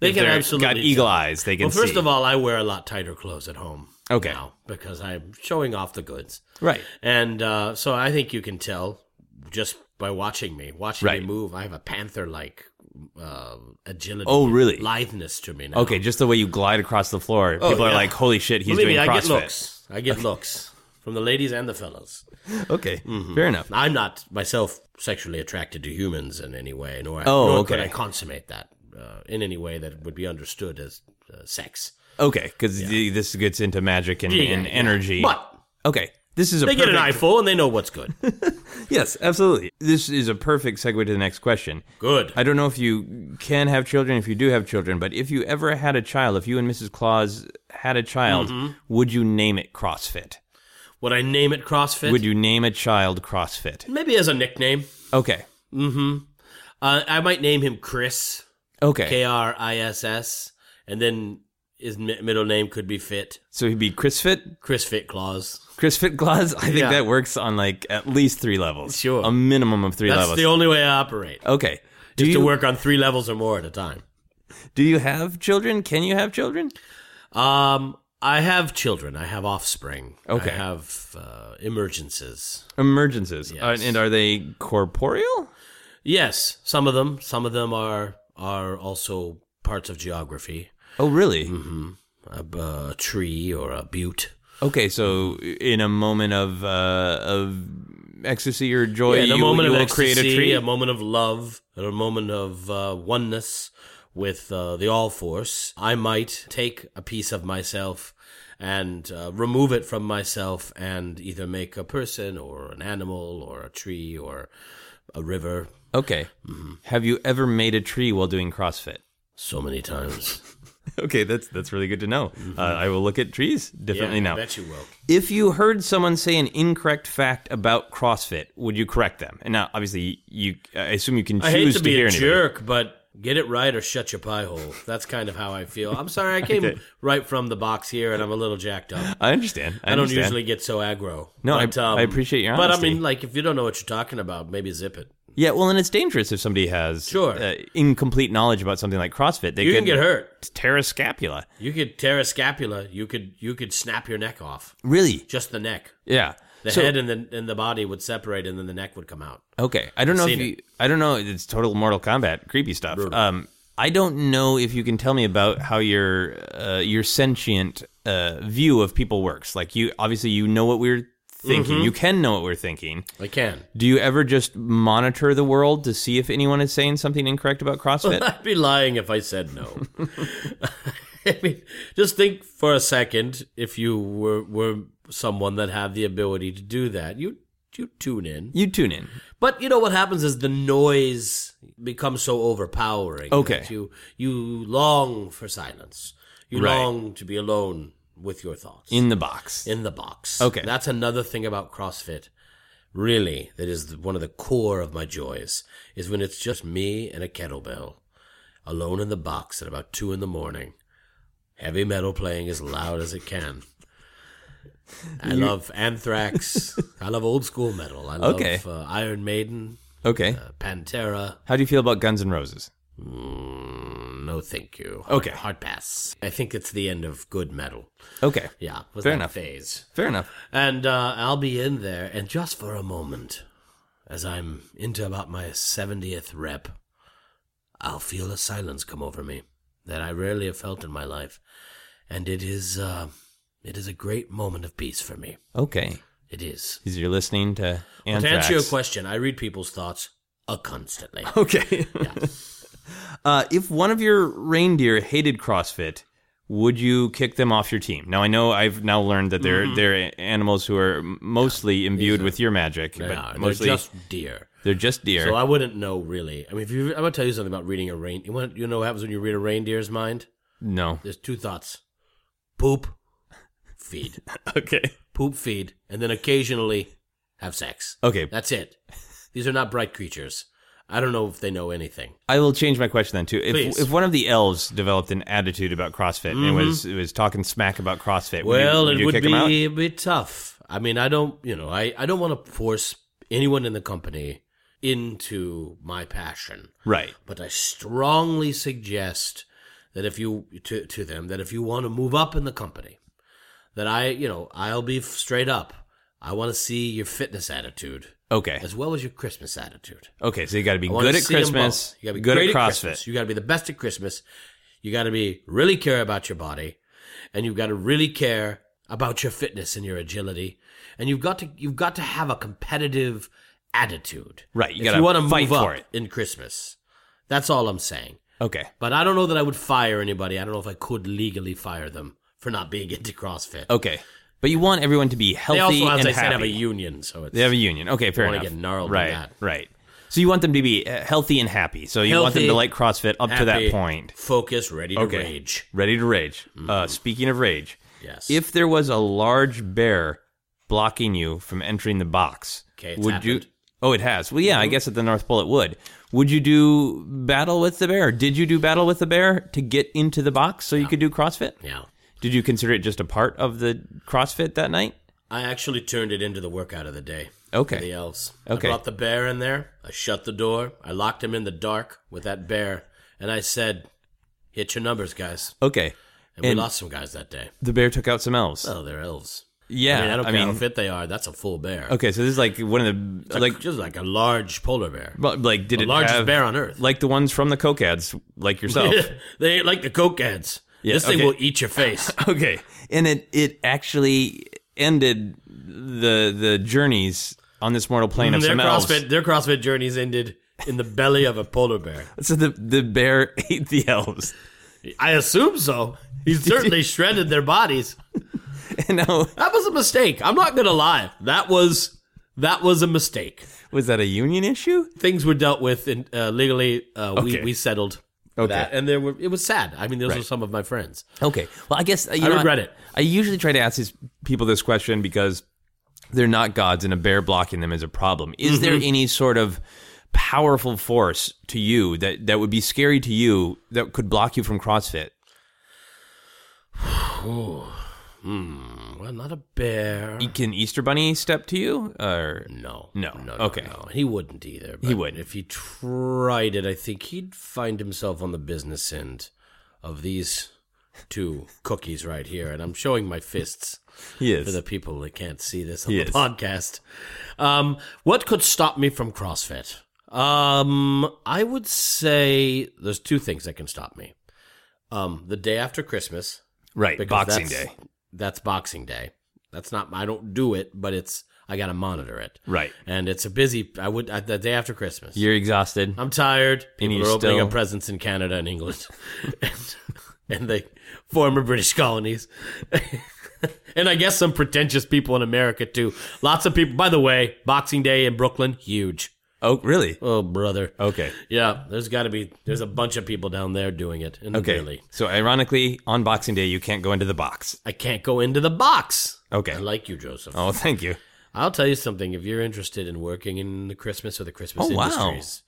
Speaker 4: They
Speaker 3: If
Speaker 4: can
Speaker 3: they're
Speaker 4: absolutely
Speaker 3: got eagle
Speaker 4: tell.
Speaker 3: eyes. They can.
Speaker 4: Well, first
Speaker 3: see.
Speaker 4: of all, I wear a lot tighter clothes at home.
Speaker 3: Okay.
Speaker 4: Now because I'm showing off the goods.
Speaker 3: right.
Speaker 4: And uh, so I think you can tell just by watching me, watching
Speaker 3: Right.
Speaker 4: me move. I have a panther like uh, agility.
Speaker 3: Oh, really?
Speaker 4: Litheness to me now.
Speaker 3: Okay, just the way you glide across the floor,
Speaker 4: Oh,
Speaker 3: people are
Speaker 4: yeah.
Speaker 3: like, "Holy shit, he's
Speaker 4: Believe
Speaker 3: doing
Speaker 4: me, I
Speaker 3: CrossFit."
Speaker 4: get looks. I get looks from the ladies and the fellas.
Speaker 3: Okay,
Speaker 4: Mm-hmm.
Speaker 3: fair enough.
Speaker 4: I'm not myself sexually attracted to humans in any way, nor,
Speaker 3: Oh,
Speaker 4: nor could
Speaker 3: okay.
Speaker 4: I consummate that uh, in any way that would be understood as uh, sex.
Speaker 3: Okay, because this gets into magic and,
Speaker 4: Yeah,
Speaker 3: and
Speaker 4: yeah.
Speaker 3: energy.
Speaker 4: But
Speaker 3: okay, this is a
Speaker 4: they get
Speaker 3: perfect,
Speaker 4: an eyeful and they know what's good.
Speaker 3: Yes, absolutely. This is a perfect segue to the next question.
Speaker 4: Good.
Speaker 3: I don't know if you can have children, if you do have children, but if you ever had a child, if you and Mrs. Claus had a child,
Speaker 4: Mm-hmm.
Speaker 3: would you name it CrossFit?
Speaker 4: Would I name it CrossFit?
Speaker 3: Would you name a child CrossFit?
Speaker 4: Maybe as a nickname.
Speaker 3: Okay,
Speaker 4: Uh, I might name him Chris,
Speaker 3: okay.
Speaker 4: K R I S S, and then his mi- middle name could be Fit,
Speaker 3: So he'd be Chris Fit,
Speaker 4: Chris Fit Claus.
Speaker 3: Chris Fit Claus. I think
Speaker 4: Yeah.
Speaker 3: that works on like at least three levels.
Speaker 4: Sure.
Speaker 3: a minimum of three
Speaker 4: That's
Speaker 3: levels.
Speaker 4: the only way I operate.
Speaker 3: Okay. Do
Speaker 4: Just
Speaker 3: you
Speaker 4: to work on three levels or more at a time.
Speaker 3: do you have children? Can you have children?
Speaker 4: Um, I have children. I have offspring.
Speaker 3: Okay.
Speaker 4: I have uh, emergences.
Speaker 3: Emergencies.
Speaker 4: Yes.
Speaker 3: Uh, and are they corporeal?
Speaker 4: Yes, some of them. Some of them are are also parts of geography.
Speaker 3: Oh, really?
Speaker 4: Mm-hmm. A, b- a tree or a butte.
Speaker 3: Okay, so in a moment of uh, of ecstasy or joy,
Speaker 4: in
Speaker 3: you,
Speaker 4: a moment
Speaker 3: you
Speaker 4: of
Speaker 3: will
Speaker 4: ecstasy,
Speaker 3: create a tree.
Speaker 4: a moment of love, and a moment of uh, oneness with uh, the All Force. I might take a piece of myself and uh, remove it from myself, and either make a person or an animal or a tree or a river.
Speaker 3: okay.
Speaker 4: Mm-hmm.
Speaker 3: Have you ever made a tree while doing CrossFit?
Speaker 4: So many times.
Speaker 3: Okay, that's that's really good to know.
Speaker 4: Mm-hmm.
Speaker 3: Uh, I will look at trees differently
Speaker 4: I
Speaker 3: now.
Speaker 4: bet you will.
Speaker 3: If you heard someone say an incorrect fact about CrossFit, would you correct them? And now, obviously, you I assume you can choose
Speaker 4: I hate to be
Speaker 3: hear
Speaker 4: a
Speaker 3: anybody.
Speaker 4: jerk, but get it right or shut your pie hole. That's kind of how I feel. I'm sorry, I came
Speaker 3: Okay.
Speaker 4: right from the box here, and I'm a little jacked up.
Speaker 3: I understand. I,
Speaker 4: I don't
Speaker 3: understand.
Speaker 4: usually get so aggro.
Speaker 3: No, I-
Speaker 4: but, um,
Speaker 3: I appreciate your
Speaker 4: But I
Speaker 3: honesty.
Speaker 4: mean, like, if you don't know what you're talking about, maybe zip it.
Speaker 3: Yeah, well, and it's dangerous if somebody has
Speaker 4: Sure.
Speaker 3: uh, incomplete knowledge about something like CrossFit. They
Speaker 4: You
Speaker 3: could
Speaker 4: can get hurt.
Speaker 3: Tear a scapula.
Speaker 4: You could tear a scapula. You could you could snap your neck off.
Speaker 3: Really?
Speaker 4: Just the neck.
Speaker 3: Yeah.
Speaker 4: The
Speaker 3: So-
Speaker 4: head and the and the body would separate, and then the neck would come out.
Speaker 3: Okay, I don't know if
Speaker 4: seen
Speaker 3: you. I don't know. It's total Mortal Kombat creepy stuff. Um, I don't know if you can tell me about how your uh, your sentient uh, view of people works. Like you, obviously, you know what we're thinking.
Speaker 4: Mm-hmm.
Speaker 3: You can know what we're thinking.
Speaker 4: I can.
Speaker 3: Do you ever just monitor the world to see if anyone is saying something incorrect about CrossFit?
Speaker 4: I'd be lying if I said no. I mean, just think for a second. If you were were someone that had the ability to do that, you you tune in.
Speaker 3: you tune in.
Speaker 4: But you know what happens is the noise becomes so overpowering.
Speaker 3: Okay.
Speaker 4: that you you long for silence. You
Speaker 3: Right.
Speaker 4: long to be alone with your thoughts
Speaker 3: in the box.
Speaker 4: in the box.
Speaker 3: Okay.
Speaker 4: That's another thing about CrossFit. Really, that is one of the core of my joys is when it's just me and a kettlebell, alone in the box at about two in the morning, heavy metal playing as loud as it can. I love Anthrax. I love old school metal. I love
Speaker 3: Okay.
Speaker 4: uh, Iron Maiden,
Speaker 3: okay.
Speaker 4: uh, Pantera.
Speaker 3: How do you feel about Guns N' Roses?
Speaker 4: Mm, no, thank you.
Speaker 3: Okay.
Speaker 4: hard pass. I think it's the end of good metal.
Speaker 3: Okay.
Speaker 4: Yeah, was
Speaker 3: Fair
Speaker 4: that
Speaker 3: enough.
Speaker 4: phase.
Speaker 3: Fair enough.
Speaker 4: And uh, I'll be in there, and just for a moment, as I'm into about my 70th rep, I'll feel a silence come over me that I rarely have felt in my life. And it is, uh, it is a great moment of peace for me.
Speaker 3: Okay.
Speaker 4: It is.
Speaker 3: Because you're listening to
Speaker 4: But
Speaker 3: Anthrax.
Speaker 4: to answer your question, I read people's thoughts uh, constantly.
Speaker 3: Okay. uh, if one of your reindeer hated CrossFit, would you kick them off your team? Now I know I've now learned that they're they're animals who are mostly imbued with your magic,
Speaker 4: They
Speaker 3: but
Speaker 4: Mm-hmm. are. They're
Speaker 3: mostly
Speaker 4: just deer.
Speaker 3: they're just deer.
Speaker 4: So I wouldn't know really. I mean, if you, I'm gonna tell you something about reading a rein. You want you know what happens when you read a reindeer's mind?
Speaker 3: no.
Speaker 4: There's two thoughts: poop, feed.
Speaker 3: Okay.
Speaker 4: poop feed, and then occasionally have sex.
Speaker 3: Okay.
Speaker 4: That's it. These are not bright creatures. I don't know if they know anything.
Speaker 3: I will change my question then too. If
Speaker 4: Please. Mm-hmm.
Speaker 3: if one of the elves developed an attitude about CrossFit and was was talking smack about CrossFit,
Speaker 4: Well,
Speaker 3: would you,
Speaker 4: it
Speaker 3: you
Speaker 4: would
Speaker 3: kick 'em out?
Speaker 4: be a bit tough. I mean, I don't, you know, I, I don't want to force anyone in the company into my passion,
Speaker 3: right.
Speaker 4: but I strongly suggest that if you to to them that if you want to move up in the company, that I, you know, I'll be straight up. I want to see your fitness attitude
Speaker 3: Okay.
Speaker 4: as well as your Christmas attitude.
Speaker 3: Okay. So you got to be
Speaker 4: I wanna
Speaker 3: good at
Speaker 4: see 'em
Speaker 3: Christmas.
Speaker 4: both. You gotta be
Speaker 3: good
Speaker 4: great
Speaker 3: at CrossFit.
Speaker 4: Christmas. You gotta be the best at Christmas. You gotta be really care about your body, and you've got to really care about your fitness and your agility, and you've got to you've got to have a competitive attitude.
Speaker 3: Right, you
Speaker 4: If
Speaker 3: gotta
Speaker 4: you want to
Speaker 3: fight
Speaker 4: move
Speaker 3: for
Speaker 4: up
Speaker 3: it.
Speaker 4: in Christmas. That's all I'm saying.
Speaker 3: Okay.
Speaker 4: But I don't know that I would fire anybody. I don't know if I could legally fire them for not being into CrossFit.
Speaker 3: Okay. But you want everyone to be
Speaker 4: They
Speaker 3: Oh, healthy
Speaker 4: also, as
Speaker 3: and
Speaker 4: I
Speaker 3: happy.
Speaker 4: said, have a union, so it's
Speaker 3: They have a union. Okay, fair
Speaker 4: wanna
Speaker 3: enough.
Speaker 4: get gnarled in
Speaker 3: right,
Speaker 4: that.
Speaker 3: right. So you want them to be uh, healthy and happy. So you want them to
Speaker 4: Healthy,
Speaker 3: like CrossFit up to that
Speaker 4: happy,
Speaker 3: point.
Speaker 4: Focus, ready to
Speaker 3: Okay.
Speaker 4: rage. Mm-hmm.
Speaker 3: Ready to rage. Uh, speaking of rage,
Speaker 4: Yes.
Speaker 3: if there was a large bear blocking you from entering the box,
Speaker 4: Okay, it's
Speaker 3: would you?
Speaker 4: happened. Mm-hmm.
Speaker 3: Oh, it has. Well, yeah, I guess at the North Pole it would. Would you do battle with the bear? Did you do battle with the bear to get into the box so you could do CrossFit?
Speaker 4: yeah.
Speaker 3: Did you consider it just a part of the CrossFit that night?
Speaker 4: I actually turned it into the workout of the day.
Speaker 3: Okay.
Speaker 4: For the elves.
Speaker 3: Okay.
Speaker 4: I brought the bear in there. I shut the door. I locked him in the dark with that bear. And I said, hit your numbers, guys.
Speaker 3: Okay.
Speaker 4: And,
Speaker 3: And-
Speaker 4: we lost some guys that day.
Speaker 3: The bear took out some elves.
Speaker 4: Oh, they're elves.
Speaker 3: yeah,
Speaker 4: I mean, I don't care how fit they are. That's a full bear.
Speaker 3: Okay, so this is like one of
Speaker 4: It's
Speaker 3: the
Speaker 4: like,
Speaker 3: like
Speaker 4: just like a large polar bear.
Speaker 3: but, like did
Speaker 4: the
Speaker 3: it
Speaker 4: largest
Speaker 3: have-
Speaker 4: bear on earth.
Speaker 3: like the ones from the Coke ads, like yourself.
Speaker 4: they ain't like the coke ads.
Speaker 3: Yeah,
Speaker 4: this thing
Speaker 3: okay.
Speaker 4: will eat your face.
Speaker 3: okay, and it it actually ended the the journeys on this mortal plane of
Speaker 4: their
Speaker 3: some elves.
Speaker 4: CrossFit, their CrossFit journeys ended in the belly of a polar bear.
Speaker 3: So the the bear ate the elves,
Speaker 4: I assume so. He certainly shredded their bodies.
Speaker 3: and now
Speaker 4: That was a mistake. I'm not gonna lie. That was that was a mistake.
Speaker 3: was that a union issue?
Speaker 4: Things were dealt with in, uh, legally. Uh,
Speaker 3: Okay.
Speaker 4: We we settled
Speaker 3: Okay.
Speaker 4: that, and there were it was sad. I mean, those
Speaker 3: Right.
Speaker 4: were some of my friends.
Speaker 3: Okay. Well, I guess uh, you
Speaker 4: I
Speaker 3: know,
Speaker 4: regret it.
Speaker 3: I usually try to ask these people this question because they're not gods, and a bear blocking them is a problem. Is there any sort of powerful force to you that that would be scary to you that could block you from CrossFit?
Speaker 4: Well, not a bear.
Speaker 3: Can Easter Bunny step to you? Or
Speaker 4: No.
Speaker 3: No.
Speaker 4: No.
Speaker 3: Okay.
Speaker 4: No. He wouldn't either.
Speaker 3: He
Speaker 4: but
Speaker 3: wouldn't.
Speaker 4: If he tried it, I think he'd find himself on the business end of these two cookies right here. And I'm showing my fists
Speaker 3: he
Speaker 4: for
Speaker 3: is.
Speaker 4: the people that can't see this on
Speaker 3: Yes.
Speaker 4: the podcast. Um, what could stop me from CrossFit? Um, I would say there's two things that can stop me. Um, the day after Christmas,
Speaker 3: right.
Speaker 4: because
Speaker 3: Boxing
Speaker 4: that's-
Speaker 3: Day.
Speaker 4: That's Boxing Day. That's not. I don't do it, but it's. I gotta monitor it.
Speaker 3: Right.
Speaker 4: And it's a busy. I would I, the day after Christmas.
Speaker 3: You're exhausted.
Speaker 4: I'm tired.
Speaker 3: And
Speaker 4: People
Speaker 3: you're
Speaker 4: are opening
Speaker 3: still-
Speaker 4: up presents in Canada and England, and, and the former British colonies, and I guess some pretentious people in America too. Lots of people. By the way, Boxing Day in Brooklyn, huge.
Speaker 3: Oh, really?
Speaker 4: Oh brother.
Speaker 3: Okay.
Speaker 4: Yeah, there's got to be. There's a bunch of people down there doing it. And
Speaker 3: Okay.
Speaker 4: Really,
Speaker 3: So, ironically, on Boxing Day, you can't go into the box.
Speaker 4: I can't go into the box.
Speaker 3: Okay.
Speaker 4: I like you, Joseph.
Speaker 3: Oh, thank you.
Speaker 4: I'll tell you something. If you're interested in working in the Christmas or the Christmas
Speaker 3: Oh, wow.
Speaker 4: industries,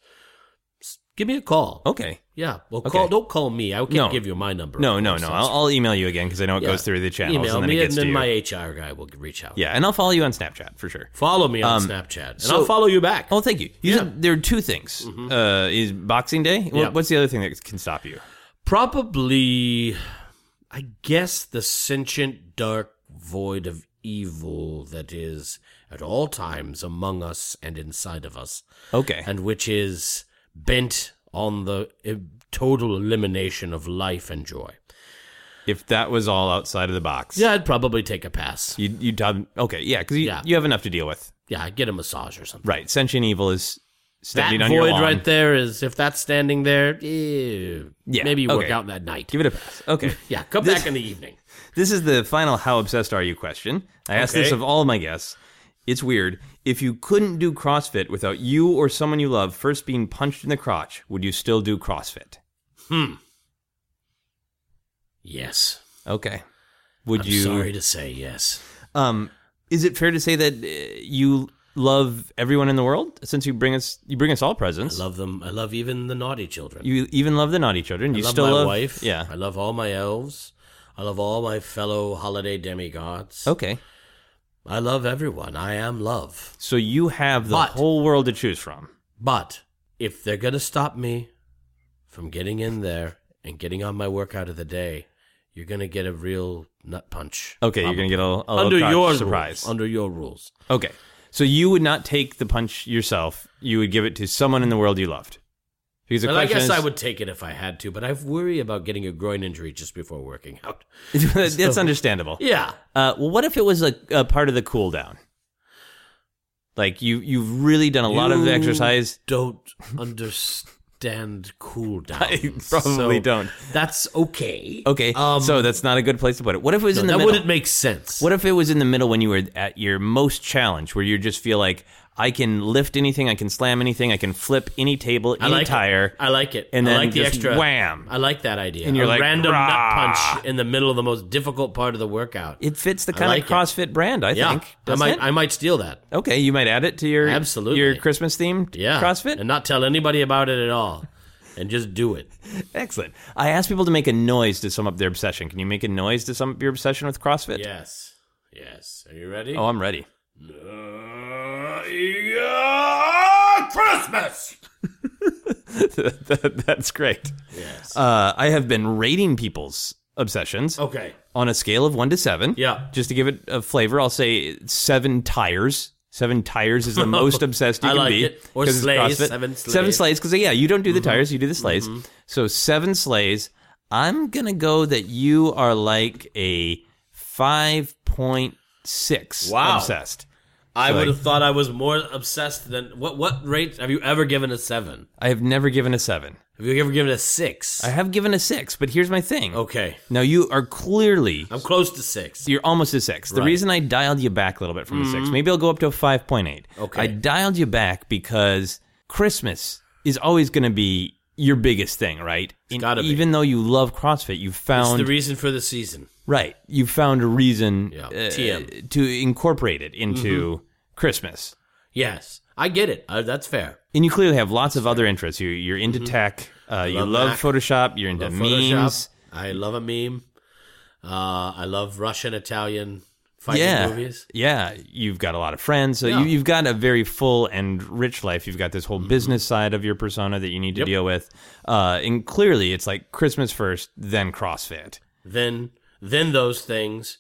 Speaker 4: s- give me a call.
Speaker 3: Okay.
Speaker 4: Yeah. Well,
Speaker 3: Okay.
Speaker 4: call. Don't call me. I can't
Speaker 3: No.
Speaker 4: give you my number.
Speaker 3: No,
Speaker 4: of
Speaker 3: no,
Speaker 4: course.
Speaker 3: no.
Speaker 4: That's-
Speaker 3: I'll, I'll email you again because I know it
Speaker 4: yeah.
Speaker 3: goes through the channels
Speaker 4: Email
Speaker 3: and then
Speaker 4: me,
Speaker 3: it gets
Speaker 4: and then
Speaker 3: to you.
Speaker 4: my HR guy will reach out.
Speaker 3: yeah, and I'll follow you on Snapchat for sure.
Speaker 4: Follow me on
Speaker 3: Um,
Speaker 4: Snapchat, and
Speaker 3: so-
Speaker 4: I'll follow you back.
Speaker 3: Oh, thank you. You
Speaker 4: Yeah. Mm-hmm.
Speaker 3: said there are two things. Uh, is Boxing Day? Wha-
Speaker 4: Yeah.
Speaker 3: What's the other thing that can stop you?
Speaker 4: Probably, I guess, the sentient dark void of evil that is at all times among us and inside of us.
Speaker 3: Okay.
Speaker 4: and which is bent on the eh, total elimination of life and joy.
Speaker 3: if that was all outside of the box,
Speaker 4: Yeah, I'd probably take a pass.
Speaker 3: you you done okay? Yeah, because you,
Speaker 4: Yeah.
Speaker 3: you have enough to deal with.
Speaker 4: Yeah, I'd get a massage or something.
Speaker 3: Right. Sentient evil is
Speaker 4: That
Speaker 3: standing on your
Speaker 4: void
Speaker 3: lawn.
Speaker 4: right there is if that's standing there, eh,
Speaker 3: Yeah,
Speaker 4: maybe you work
Speaker 3: okay.
Speaker 4: out that night.
Speaker 3: Give it a pass. Okay.
Speaker 4: yeah, come
Speaker 3: This-
Speaker 4: back in the evening.
Speaker 3: This is the final how obsessed are you question. I asked this
Speaker 4: Okay.
Speaker 3: of all my guests. It's weird. If you couldn't do CrossFit without you or someone you love first being punched in the crotch, would you still do CrossFit?
Speaker 4: Yes.
Speaker 3: Okay. Would
Speaker 4: I'm
Speaker 3: you
Speaker 4: sorry to say yes.
Speaker 3: um is it fair to say that uh, you love everyone in the world since you bring us you bring us all
Speaker 4: I
Speaker 3: presents?
Speaker 4: love them. I love even the naughty children.
Speaker 3: you even love the naughty children. You
Speaker 4: I love
Speaker 3: still
Speaker 4: my
Speaker 3: love
Speaker 4: wife.
Speaker 3: Yeah.
Speaker 4: I love all my elves. I love all my fellow holiday demigods.
Speaker 3: Okay.
Speaker 4: I love everyone. I am love.
Speaker 3: So you have the
Speaker 4: But-
Speaker 3: whole world to choose from.
Speaker 4: But if they're going to stop me from getting in there and getting on my workout of the day, you're going to get a real nut punch.
Speaker 3: Okay, you're
Speaker 4: Probably.
Speaker 3: gonna get a, a little
Speaker 4: under
Speaker 3: crotch
Speaker 4: your
Speaker 3: surprise.
Speaker 4: Rules, under your rules.
Speaker 3: Okay. So you would not take the punch yourself. You would give it to someone in the world you loved. Because the
Speaker 4: Well, I
Speaker 3: question
Speaker 4: guess
Speaker 3: is-
Speaker 4: I would take it if I had to, but I worry about getting a groin injury just before working out.
Speaker 3: That's
Speaker 4: So-
Speaker 3: understandable.
Speaker 4: Yeah.
Speaker 3: Uh, well, what if it was a, a part of the cool down? Like you, you've really done a lot of
Speaker 4: You
Speaker 3: exercise.
Speaker 4: Don't understand cool down.
Speaker 3: I probably don't.
Speaker 4: That's okay.
Speaker 3: Okay,
Speaker 4: Um,
Speaker 3: so that's not a good place to put it. What if it was
Speaker 4: no,
Speaker 3: in
Speaker 4: that
Speaker 3: the middle?
Speaker 4: wouldn't make sense.
Speaker 3: What if it was in the middle when you were at your most challenge, where you just feel like I can lift anything, I can slam anything, I can flip any table,
Speaker 4: I
Speaker 3: any
Speaker 4: like it.
Speaker 3: tire.
Speaker 4: I like it.
Speaker 3: and
Speaker 4: I
Speaker 3: then
Speaker 4: like the
Speaker 3: just
Speaker 4: extra
Speaker 3: wham.
Speaker 4: I like that idea.
Speaker 3: And you're
Speaker 4: a
Speaker 3: like,
Speaker 4: random nut
Speaker 3: "Rah."
Speaker 4: punch in the middle of the most difficult part of the workout.
Speaker 3: It fits the
Speaker 4: I
Speaker 3: kind
Speaker 4: like
Speaker 3: of
Speaker 4: it.
Speaker 3: CrossFit brand, I
Speaker 4: yeah,
Speaker 3: think.
Speaker 4: I
Speaker 3: doesn't
Speaker 4: might
Speaker 3: it?
Speaker 4: I might steal that.
Speaker 3: okay, you might add it to your
Speaker 4: Absolutely.
Speaker 3: your Christmas themed
Speaker 4: Yeah,
Speaker 3: CrossFit.
Speaker 4: and not tell anybody about it at all, and just do it.
Speaker 3: Excellent. I asked people to make a noise to sum up their obsession. Can you make a noise to sum up your obsession with CrossFit?
Speaker 4: Yes, yes. Are you ready?
Speaker 3: Oh, I'm ready.
Speaker 4: Uh, yeah, Christmas.
Speaker 3: That- That's great.
Speaker 4: Yes.
Speaker 3: Uh, I have been rating people's obsessions
Speaker 4: okay.
Speaker 3: on a scale of one to seven.
Speaker 4: Yeah.
Speaker 3: Just to give it a flavor, I'll say seven tires. Seven tires is the most obsessed you
Speaker 4: I
Speaker 3: can
Speaker 4: like
Speaker 3: be.
Speaker 4: it. Or
Speaker 3: 'cause it's
Speaker 4: sleighs,
Speaker 3: CrossFit.
Speaker 4: seven sleighs. Mm-hmm.
Speaker 3: Seven sleighs, because yeah, you don't do the tires, you do the sleighs. So seven sleighs. I'm gonna go that you are like a five point six
Speaker 4: Wow.
Speaker 3: obsessed.
Speaker 4: I
Speaker 3: So,
Speaker 4: would
Speaker 3: like-
Speaker 4: have thought I was more obsessed than what? What rate have you ever given a seven?
Speaker 3: I have never given a seven.
Speaker 4: Have you ever given a six?
Speaker 3: I have given a six, but here's my thing.
Speaker 4: okay,
Speaker 3: Now you are clearly
Speaker 4: I'm close to six.
Speaker 3: you're almost a six. The
Speaker 4: Right. Mm-hmm.
Speaker 3: reason I dialed you back a little bit from a six, maybe I'll go up to a five point eight.
Speaker 4: Okay.
Speaker 3: I dialed you back because Christmas is always going to be your biggest thing, right? And
Speaker 4: gotta be.
Speaker 3: Even though you love CrossFit, you
Speaker 4: It's
Speaker 3: found
Speaker 4: the reason for the season.
Speaker 3: right. You found a reason
Speaker 4: Yeah, Mm-hmm.
Speaker 3: uh,
Speaker 4: TM.
Speaker 3: to incorporate it into Christmas,
Speaker 4: Yes, I get it. Uh, that's fair.
Speaker 3: and you clearly have lots of other interests. You you're into tech. Uh, you
Speaker 4: Mm-hmm. love
Speaker 3: love
Speaker 4: Mac.
Speaker 3: Photoshop. You're into
Speaker 4: Love
Speaker 3: memes.
Speaker 4: Photoshop. I love a meme. Uh, I love Russian, Italian, fighting
Speaker 3: yeah.
Speaker 4: movies.
Speaker 3: Yeah, you've got a lot of friends. So you, you've got a very full and rich life. You've got this whole business side of your persona that you need to
Speaker 4: Mm-hmm. Yep.
Speaker 3: deal with. Uh, and clearly, it's like Christmas first, then CrossFit,
Speaker 4: Then then those things,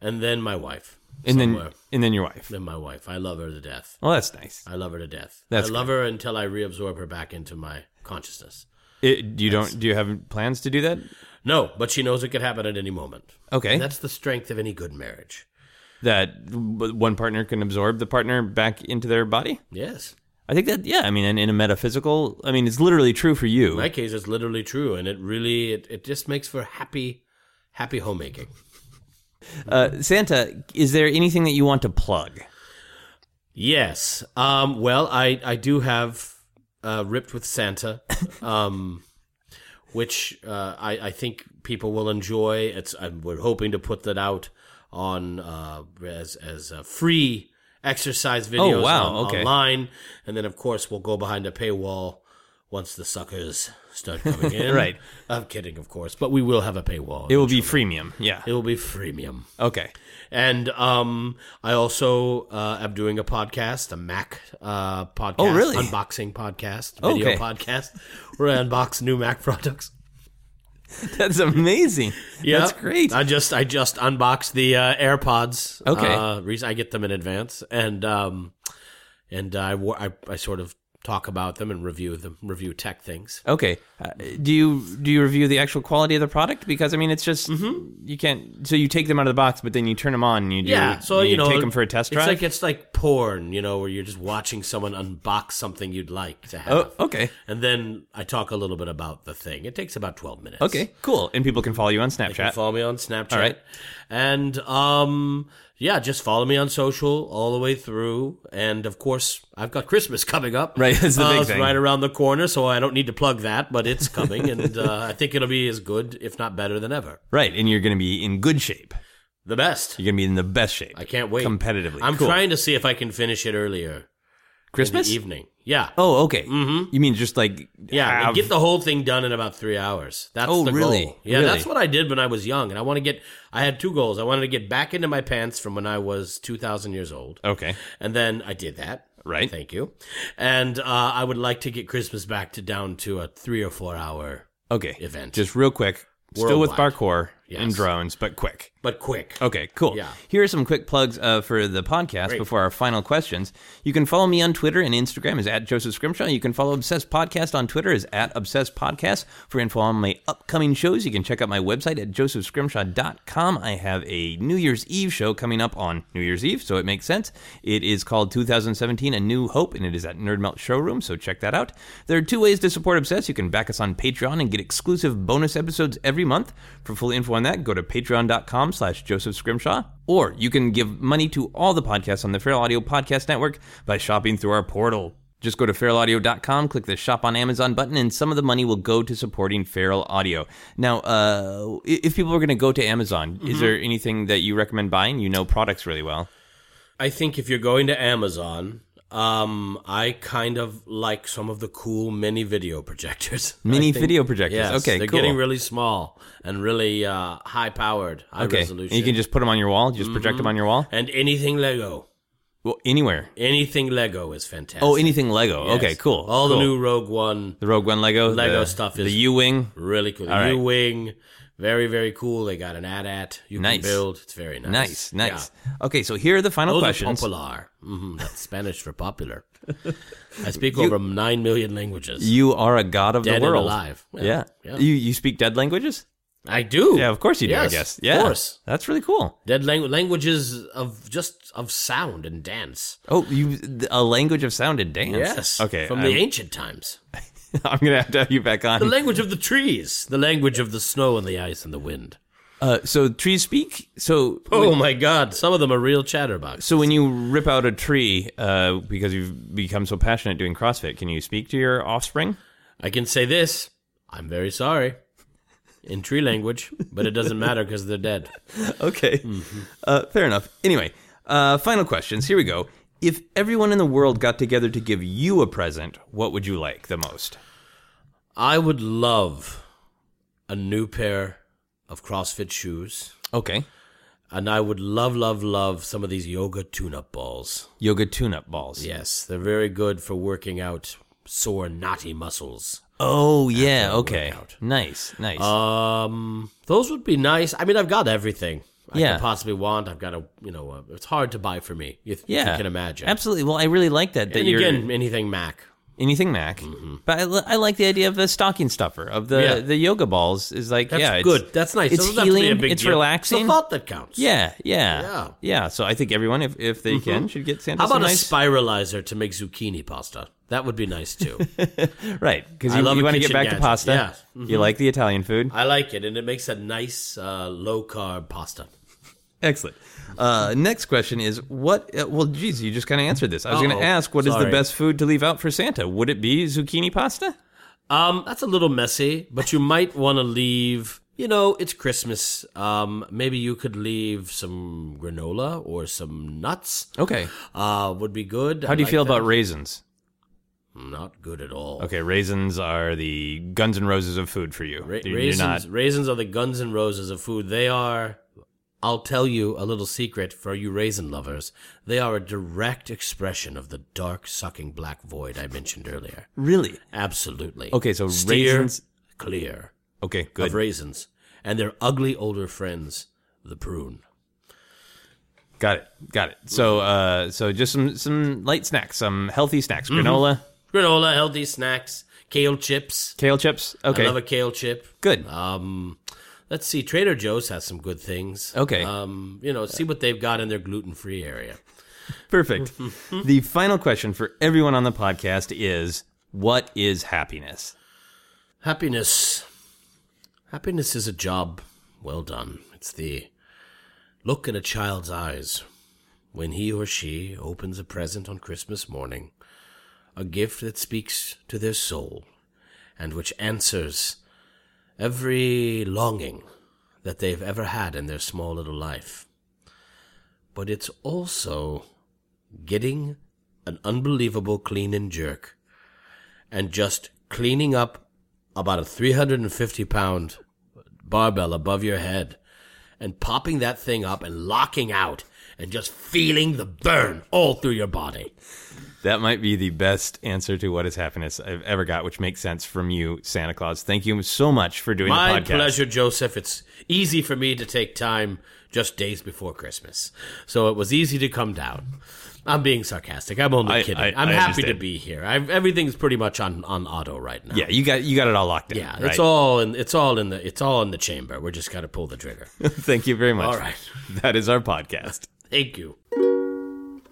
Speaker 4: and then my wife.
Speaker 3: and
Speaker 4: somewhere.
Speaker 3: then and then your wife.
Speaker 4: then my wife. I love her to death.
Speaker 3: Well, that's nice.
Speaker 4: I love her to death.
Speaker 3: That's
Speaker 4: I love her until I reabsorb her back into my consciousness.
Speaker 3: It, you don't? Do you have plans to do that?
Speaker 4: No, but she knows it could happen at any moment.
Speaker 3: Okay,
Speaker 4: And that's the strength of any good marriage.
Speaker 3: that w- one partner can absorb the partner back into their body.
Speaker 4: Yes.
Speaker 3: I think that yeah. I mean, in, in a metaphysical, I mean, it's literally true for you.
Speaker 4: In my case, it's literally true, and it really it, it just makes for happy, happy homemaking.
Speaker 3: Uh, Santa, is there anything that you want to plug?
Speaker 4: Yes. Um, well, I I do have uh, ripped with Santa, um, which uh, I I think people will enjoy. It's I, we're hoping to put that out on uh, as as a free exercise videos
Speaker 3: Oh, wow,
Speaker 4: on-
Speaker 3: okay.
Speaker 4: online, and then of course we'll go behind a paywall once the suckers start coming in.
Speaker 3: Right.
Speaker 4: I'm kidding, of course, but we will have a paywall.
Speaker 3: It will be freemium. Yeah.
Speaker 4: It will be freemium.
Speaker 3: Okay.
Speaker 4: And um, I also uh, am doing a podcast, a Mac uh, podcast,
Speaker 3: Oh, really?
Speaker 4: unboxing podcast,
Speaker 3: Okay.
Speaker 4: video podcast, where I unbox new Mac products.
Speaker 3: That's amazing.
Speaker 4: Yeah,
Speaker 3: That's great.
Speaker 4: I just I just unboxed the uh, AirPods.
Speaker 3: Okay.
Speaker 4: uh, reason I get them in advance, and um, and I, wa- I I sort of talk about them and review them, review tech things.
Speaker 3: okay. Uh, do you do you review the actual quality of the product? Because I mean, it's just you can't. So you take them out of the box, but then you turn them on and you do.
Speaker 4: Mm-hmm. Yeah, so
Speaker 3: you,
Speaker 4: you know,
Speaker 3: take them for a test
Speaker 4: It's
Speaker 3: drive.
Speaker 4: like it's like porn, you know, where you're just watching someone unbox something you'd like to have.
Speaker 3: oh, okay.
Speaker 4: And then I talk a little bit about the thing. It takes about 12 minutes.
Speaker 3: Okay. Cool. And people can follow you on
Speaker 4: You can
Speaker 3: Snapchat.
Speaker 4: follow me on Snapchat.
Speaker 3: All right.
Speaker 4: And um yeah, just follow me on social all the way through. And of course, I've got Christmas coming up.
Speaker 3: Right, that's the
Speaker 4: Uh,
Speaker 3: big
Speaker 4: it's
Speaker 3: thing.
Speaker 4: right around the corner, so I don't need to plug that, but it's coming and uh, I think it'll be as good, if not better than ever.
Speaker 3: right, and you're going to be in good shape.
Speaker 4: The best.
Speaker 3: You're going to be in the best shape.
Speaker 4: I can't wait.
Speaker 3: Competitively.
Speaker 4: I'm
Speaker 3: Cool.
Speaker 4: trying to see if I can finish it earlier
Speaker 3: Christmas.
Speaker 4: in the evening. Yeah.
Speaker 3: Oh, okay. Mm-hmm. You mean just like
Speaker 4: Yeah,
Speaker 3: have-
Speaker 4: and get the whole thing done in about three hours. That's
Speaker 3: Oh,
Speaker 4: the
Speaker 3: really?
Speaker 4: goal. Yeah,
Speaker 3: Really?
Speaker 4: that's what I did when I was young, and I want to get. I had two goals. I wanted to get back into my pants from when I was two thousand years old,
Speaker 3: okay.
Speaker 4: and then I did that.
Speaker 3: Right.
Speaker 4: Thank you. And uh, I would like to get Christmas back to down to a three or four hour,
Speaker 3: Okay.
Speaker 4: event.
Speaker 3: Just real quick. Still with
Speaker 4: Worldwide.
Speaker 3: parkour and
Speaker 4: Yes.
Speaker 3: drones, but quick.
Speaker 4: but quick.
Speaker 3: Okay, cool.
Speaker 4: Yeah.
Speaker 3: Here are some quick plugs uh, for the podcast before our final questions. You can follow me on Twitter and Instagram is at Joseph Scrimshaw. You can follow Obsessed Podcast on Twitter is at Obsessed Podcast. For info on my upcoming shows, you can check out my website at josephscrimshaw.com. I have a New Year's Eve show coming up on New Year's Eve, so it makes sense. It is called 2017 A New Hope, and it is at Nerd Melt Showroom, so check that out. There are two ways to support Obsessed. You can back us on Patreon and get exclusive bonus episodes every month. For full info on that, go to patreon.com slash Joseph Scrimshaw. Or you can give money to all the podcasts on the Feral Audio Podcast Network by shopping through our portal. Just go to feralaudio.com, click the shop on Amazon button, and some of the money will go to supporting Feral Audio. Now, uh, i- if people are going to go to Amazon,
Speaker 4: Mm-hmm.
Speaker 3: is there anything that you recommend buying? You know products really well.
Speaker 4: I think if you're going to Amazon, um, I kind of like some of the cool mini video projectors. I
Speaker 3: Mini
Speaker 4: think-
Speaker 3: video projectors.
Speaker 4: Yes,
Speaker 3: Mm. okay,
Speaker 4: they're
Speaker 3: cool.
Speaker 4: getting really small and really uh, high powered,
Speaker 3: okay,
Speaker 4: high
Speaker 3: and
Speaker 4: resolution. Mm-hmm.
Speaker 3: you can just put them on your wall, just project them on your wall.
Speaker 4: and anything Lego.
Speaker 3: Well, anywhere.
Speaker 4: Anything Lego is fantastic.
Speaker 3: Oh, anything Lego.
Speaker 4: Yes.
Speaker 3: Okay, cool.
Speaker 4: All
Speaker 3: cool.
Speaker 4: the new Rogue One,
Speaker 3: the Rogue One Lego.
Speaker 4: Lego
Speaker 3: the-
Speaker 4: stuff
Speaker 3: the
Speaker 4: is-
Speaker 3: U Wing.
Speaker 4: really cool.
Speaker 3: All right.
Speaker 4: New Wing, very very cool. They got an AT-AT you
Speaker 3: Nice.
Speaker 4: can build. It's very
Speaker 3: Nice,
Speaker 4: nice.
Speaker 3: nice.
Speaker 4: Yeah.
Speaker 3: Okay, so here are the final
Speaker 4: Those
Speaker 3: questions.
Speaker 4: are popular. hmm That's Spanish for popular. I speak over nine million languages.
Speaker 3: You are a god of
Speaker 4: Dead
Speaker 3: the
Speaker 4: and
Speaker 3: world.
Speaker 4: alive. Well,
Speaker 3: yeah.
Speaker 4: yeah.
Speaker 3: You you speak dead languages?
Speaker 4: I do.
Speaker 3: Yeah, of course you do.
Speaker 4: Yes,
Speaker 3: I guess.
Speaker 4: of
Speaker 3: Yeah.
Speaker 4: course.
Speaker 3: That's really cool.
Speaker 4: Dead langu- languages of just of sound and dance.
Speaker 3: Oh, you th- a language of sound and dance.
Speaker 4: Yes.
Speaker 3: Okay.
Speaker 4: From
Speaker 3: I'm,
Speaker 4: the ancient times.
Speaker 3: I'm gonna have to have you back
Speaker 4: The
Speaker 3: on.
Speaker 4: language of the trees. The language of the snow and the ice and the wind.
Speaker 3: uh, so trees speak. So
Speaker 4: Oh my God! Some of them are real chatterbox.
Speaker 3: so when you rip out a tree, uh, because you've become so passionate doing CrossFit, can you speak to your offspring?
Speaker 4: I can say this: I'm very sorry, in tree language, but it doesn't matter because they're dead.
Speaker 3: okay. Uh, fair enough. Anyway, uh, final questions. Here we go. If everyone in the world got together to give you a present, what would you like the most?
Speaker 4: I would love a new pair of CrossFit shoes.
Speaker 3: Okay.
Speaker 4: And I would love, love, love some of these yoga tune up balls.
Speaker 3: Yoga tune-up balls.
Speaker 4: Yes, they're very good for working out sore, knotty muscles.
Speaker 3: Oh yeah.
Speaker 4: After a
Speaker 3: Okay.
Speaker 4: workout.
Speaker 3: Nice. Nice.
Speaker 4: Um, those would be nice. I mean, I've got everything I
Speaker 3: Yeah.
Speaker 4: could possibly want. I've got a, you know, uh it's hard to buy for me. If,
Speaker 3: yeah.
Speaker 4: you can imagine.
Speaker 3: Absolutely. Well, I really like that. That
Speaker 4: And
Speaker 3: you're
Speaker 4: again, anything Mac.
Speaker 3: anything Mac, but I, li- I like the idea of the stocking stuffer of the
Speaker 4: Yeah.
Speaker 3: the yoga balls. Is like
Speaker 4: That's
Speaker 3: yeah, it's-
Speaker 4: good. That's nice.
Speaker 3: It's
Speaker 4: Doesn't have to be
Speaker 3: healing.
Speaker 4: a big
Speaker 3: it's
Speaker 4: deal.
Speaker 3: relaxing.
Speaker 4: It's the thought that counts.
Speaker 3: Yeah, yeah,
Speaker 4: Yeah. Mm-hmm.
Speaker 3: So I think everyone, if, if they can, should get Santa.
Speaker 4: How about
Speaker 3: some
Speaker 4: a
Speaker 3: nice,
Speaker 4: spiralizer to make zucchini pasta? That would be nice too.
Speaker 3: right? Because
Speaker 4: I
Speaker 3: you,
Speaker 4: love
Speaker 3: you
Speaker 4: a
Speaker 3: want to get
Speaker 4: kitchen
Speaker 3: back to
Speaker 4: gadget.
Speaker 3: pasta.
Speaker 4: Yeah. Mm-hmm.
Speaker 3: You like the Italian food.
Speaker 4: I like it, and it makes a nice uh, low carb pasta.
Speaker 3: Excellent. Uh, next question is what? Uh, well, geez, you just kind of answered this. I was going
Speaker 4: Uh-oh.
Speaker 3: to ask, what is the
Speaker 4: Sorry.
Speaker 3: best food to leave out for Santa? Would it be zucchini pasta?
Speaker 4: Um, that's a little messy, but you might want to leave. You know, it's Christmas. Um, maybe you could leave some granola or some nuts.
Speaker 3: Okay.
Speaker 4: Uh, would be good.
Speaker 3: How
Speaker 4: I
Speaker 3: do you
Speaker 4: like
Speaker 3: feel
Speaker 4: that.
Speaker 3: about raisins?
Speaker 4: Not good at all.
Speaker 3: Okay, raisins are the Guns and Roses of food for you.
Speaker 4: Ra-
Speaker 3: You're
Speaker 4: raisins.
Speaker 3: not-
Speaker 4: Raisins are the Guns and Roses of food. They are. I'll tell you a little secret for you raisin lovers. They are a direct expression of the dark, sucking black void I mentioned earlier.
Speaker 3: really
Speaker 4: Absolutely.
Speaker 3: Okay, so
Speaker 4: Steer
Speaker 3: raisins-
Speaker 4: clear
Speaker 3: okay.
Speaker 4: of
Speaker 3: Good.
Speaker 4: raisins and their ugly older friends, the prune.
Speaker 3: got it. Got it. So, uh, so just some some light snacks, some healthy snacks,
Speaker 4: Mm-hmm.
Speaker 3: granola,
Speaker 4: Granola, healthy snacks, kale chips.
Speaker 3: kale chips. Okay.
Speaker 4: I love a kale chip.
Speaker 3: Good.
Speaker 4: Um, let's see. Trader Joe's has some good things.
Speaker 3: Okay.
Speaker 4: Um, you know, see what they've got in their gluten free area.
Speaker 3: Perfect. the final question for everyone on the podcast is what is happiness?
Speaker 4: Happiness. Happiness is a job well done. It's the look in a child's eyes when he or she opens a present on Christmas morning, a gift that speaks to their soul and which answers every longing that they've ever had in their small little life. But it's also getting an unbelievable clean and jerk and just cleaning up about a 350 pound barbell above your head and popping that thing up and locking out and just feeling the burn all through your body.
Speaker 3: That might be the best answer to what is happiness I've ever got, which makes sense from you, Santa Claus. Thank you so much for doing the
Speaker 4: My
Speaker 3: podcast.
Speaker 4: pleasure, Joseph. It's easy for me to take time just days before Christmas. So it was easy to come down. I'm being sarcastic. I'm only
Speaker 3: I-
Speaker 4: kidding.
Speaker 3: I-
Speaker 4: I, am
Speaker 3: I
Speaker 4: happy
Speaker 3: understand.
Speaker 4: to be here. I've, everything's pretty much on, on auto right now.
Speaker 3: Yeah, you got you got it all locked down.
Speaker 4: Yeah,
Speaker 3: right?
Speaker 4: it's all in it's all in the it's all in the chamber. We're just gotta pull the trigger.
Speaker 3: Thank you very much.
Speaker 4: All right.
Speaker 3: That is our podcast.
Speaker 4: Thank you.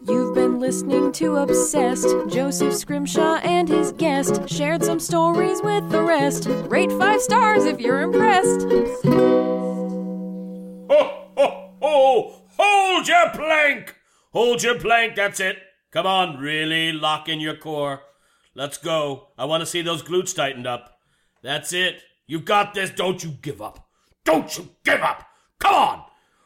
Speaker 2: You've been listening to Obsessed. Joseph Scrimshaw and his guest shared some stories with the rest. Rate five stars if you're impressed.
Speaker 4: Ho, ho, ho! Hold your plank! Hold your plank, that's it. Come on, really lock in your core. Let's go. I want to see those glutes tightened up. That's it. You've got this. Don't you give up. Don't you give up. Come on!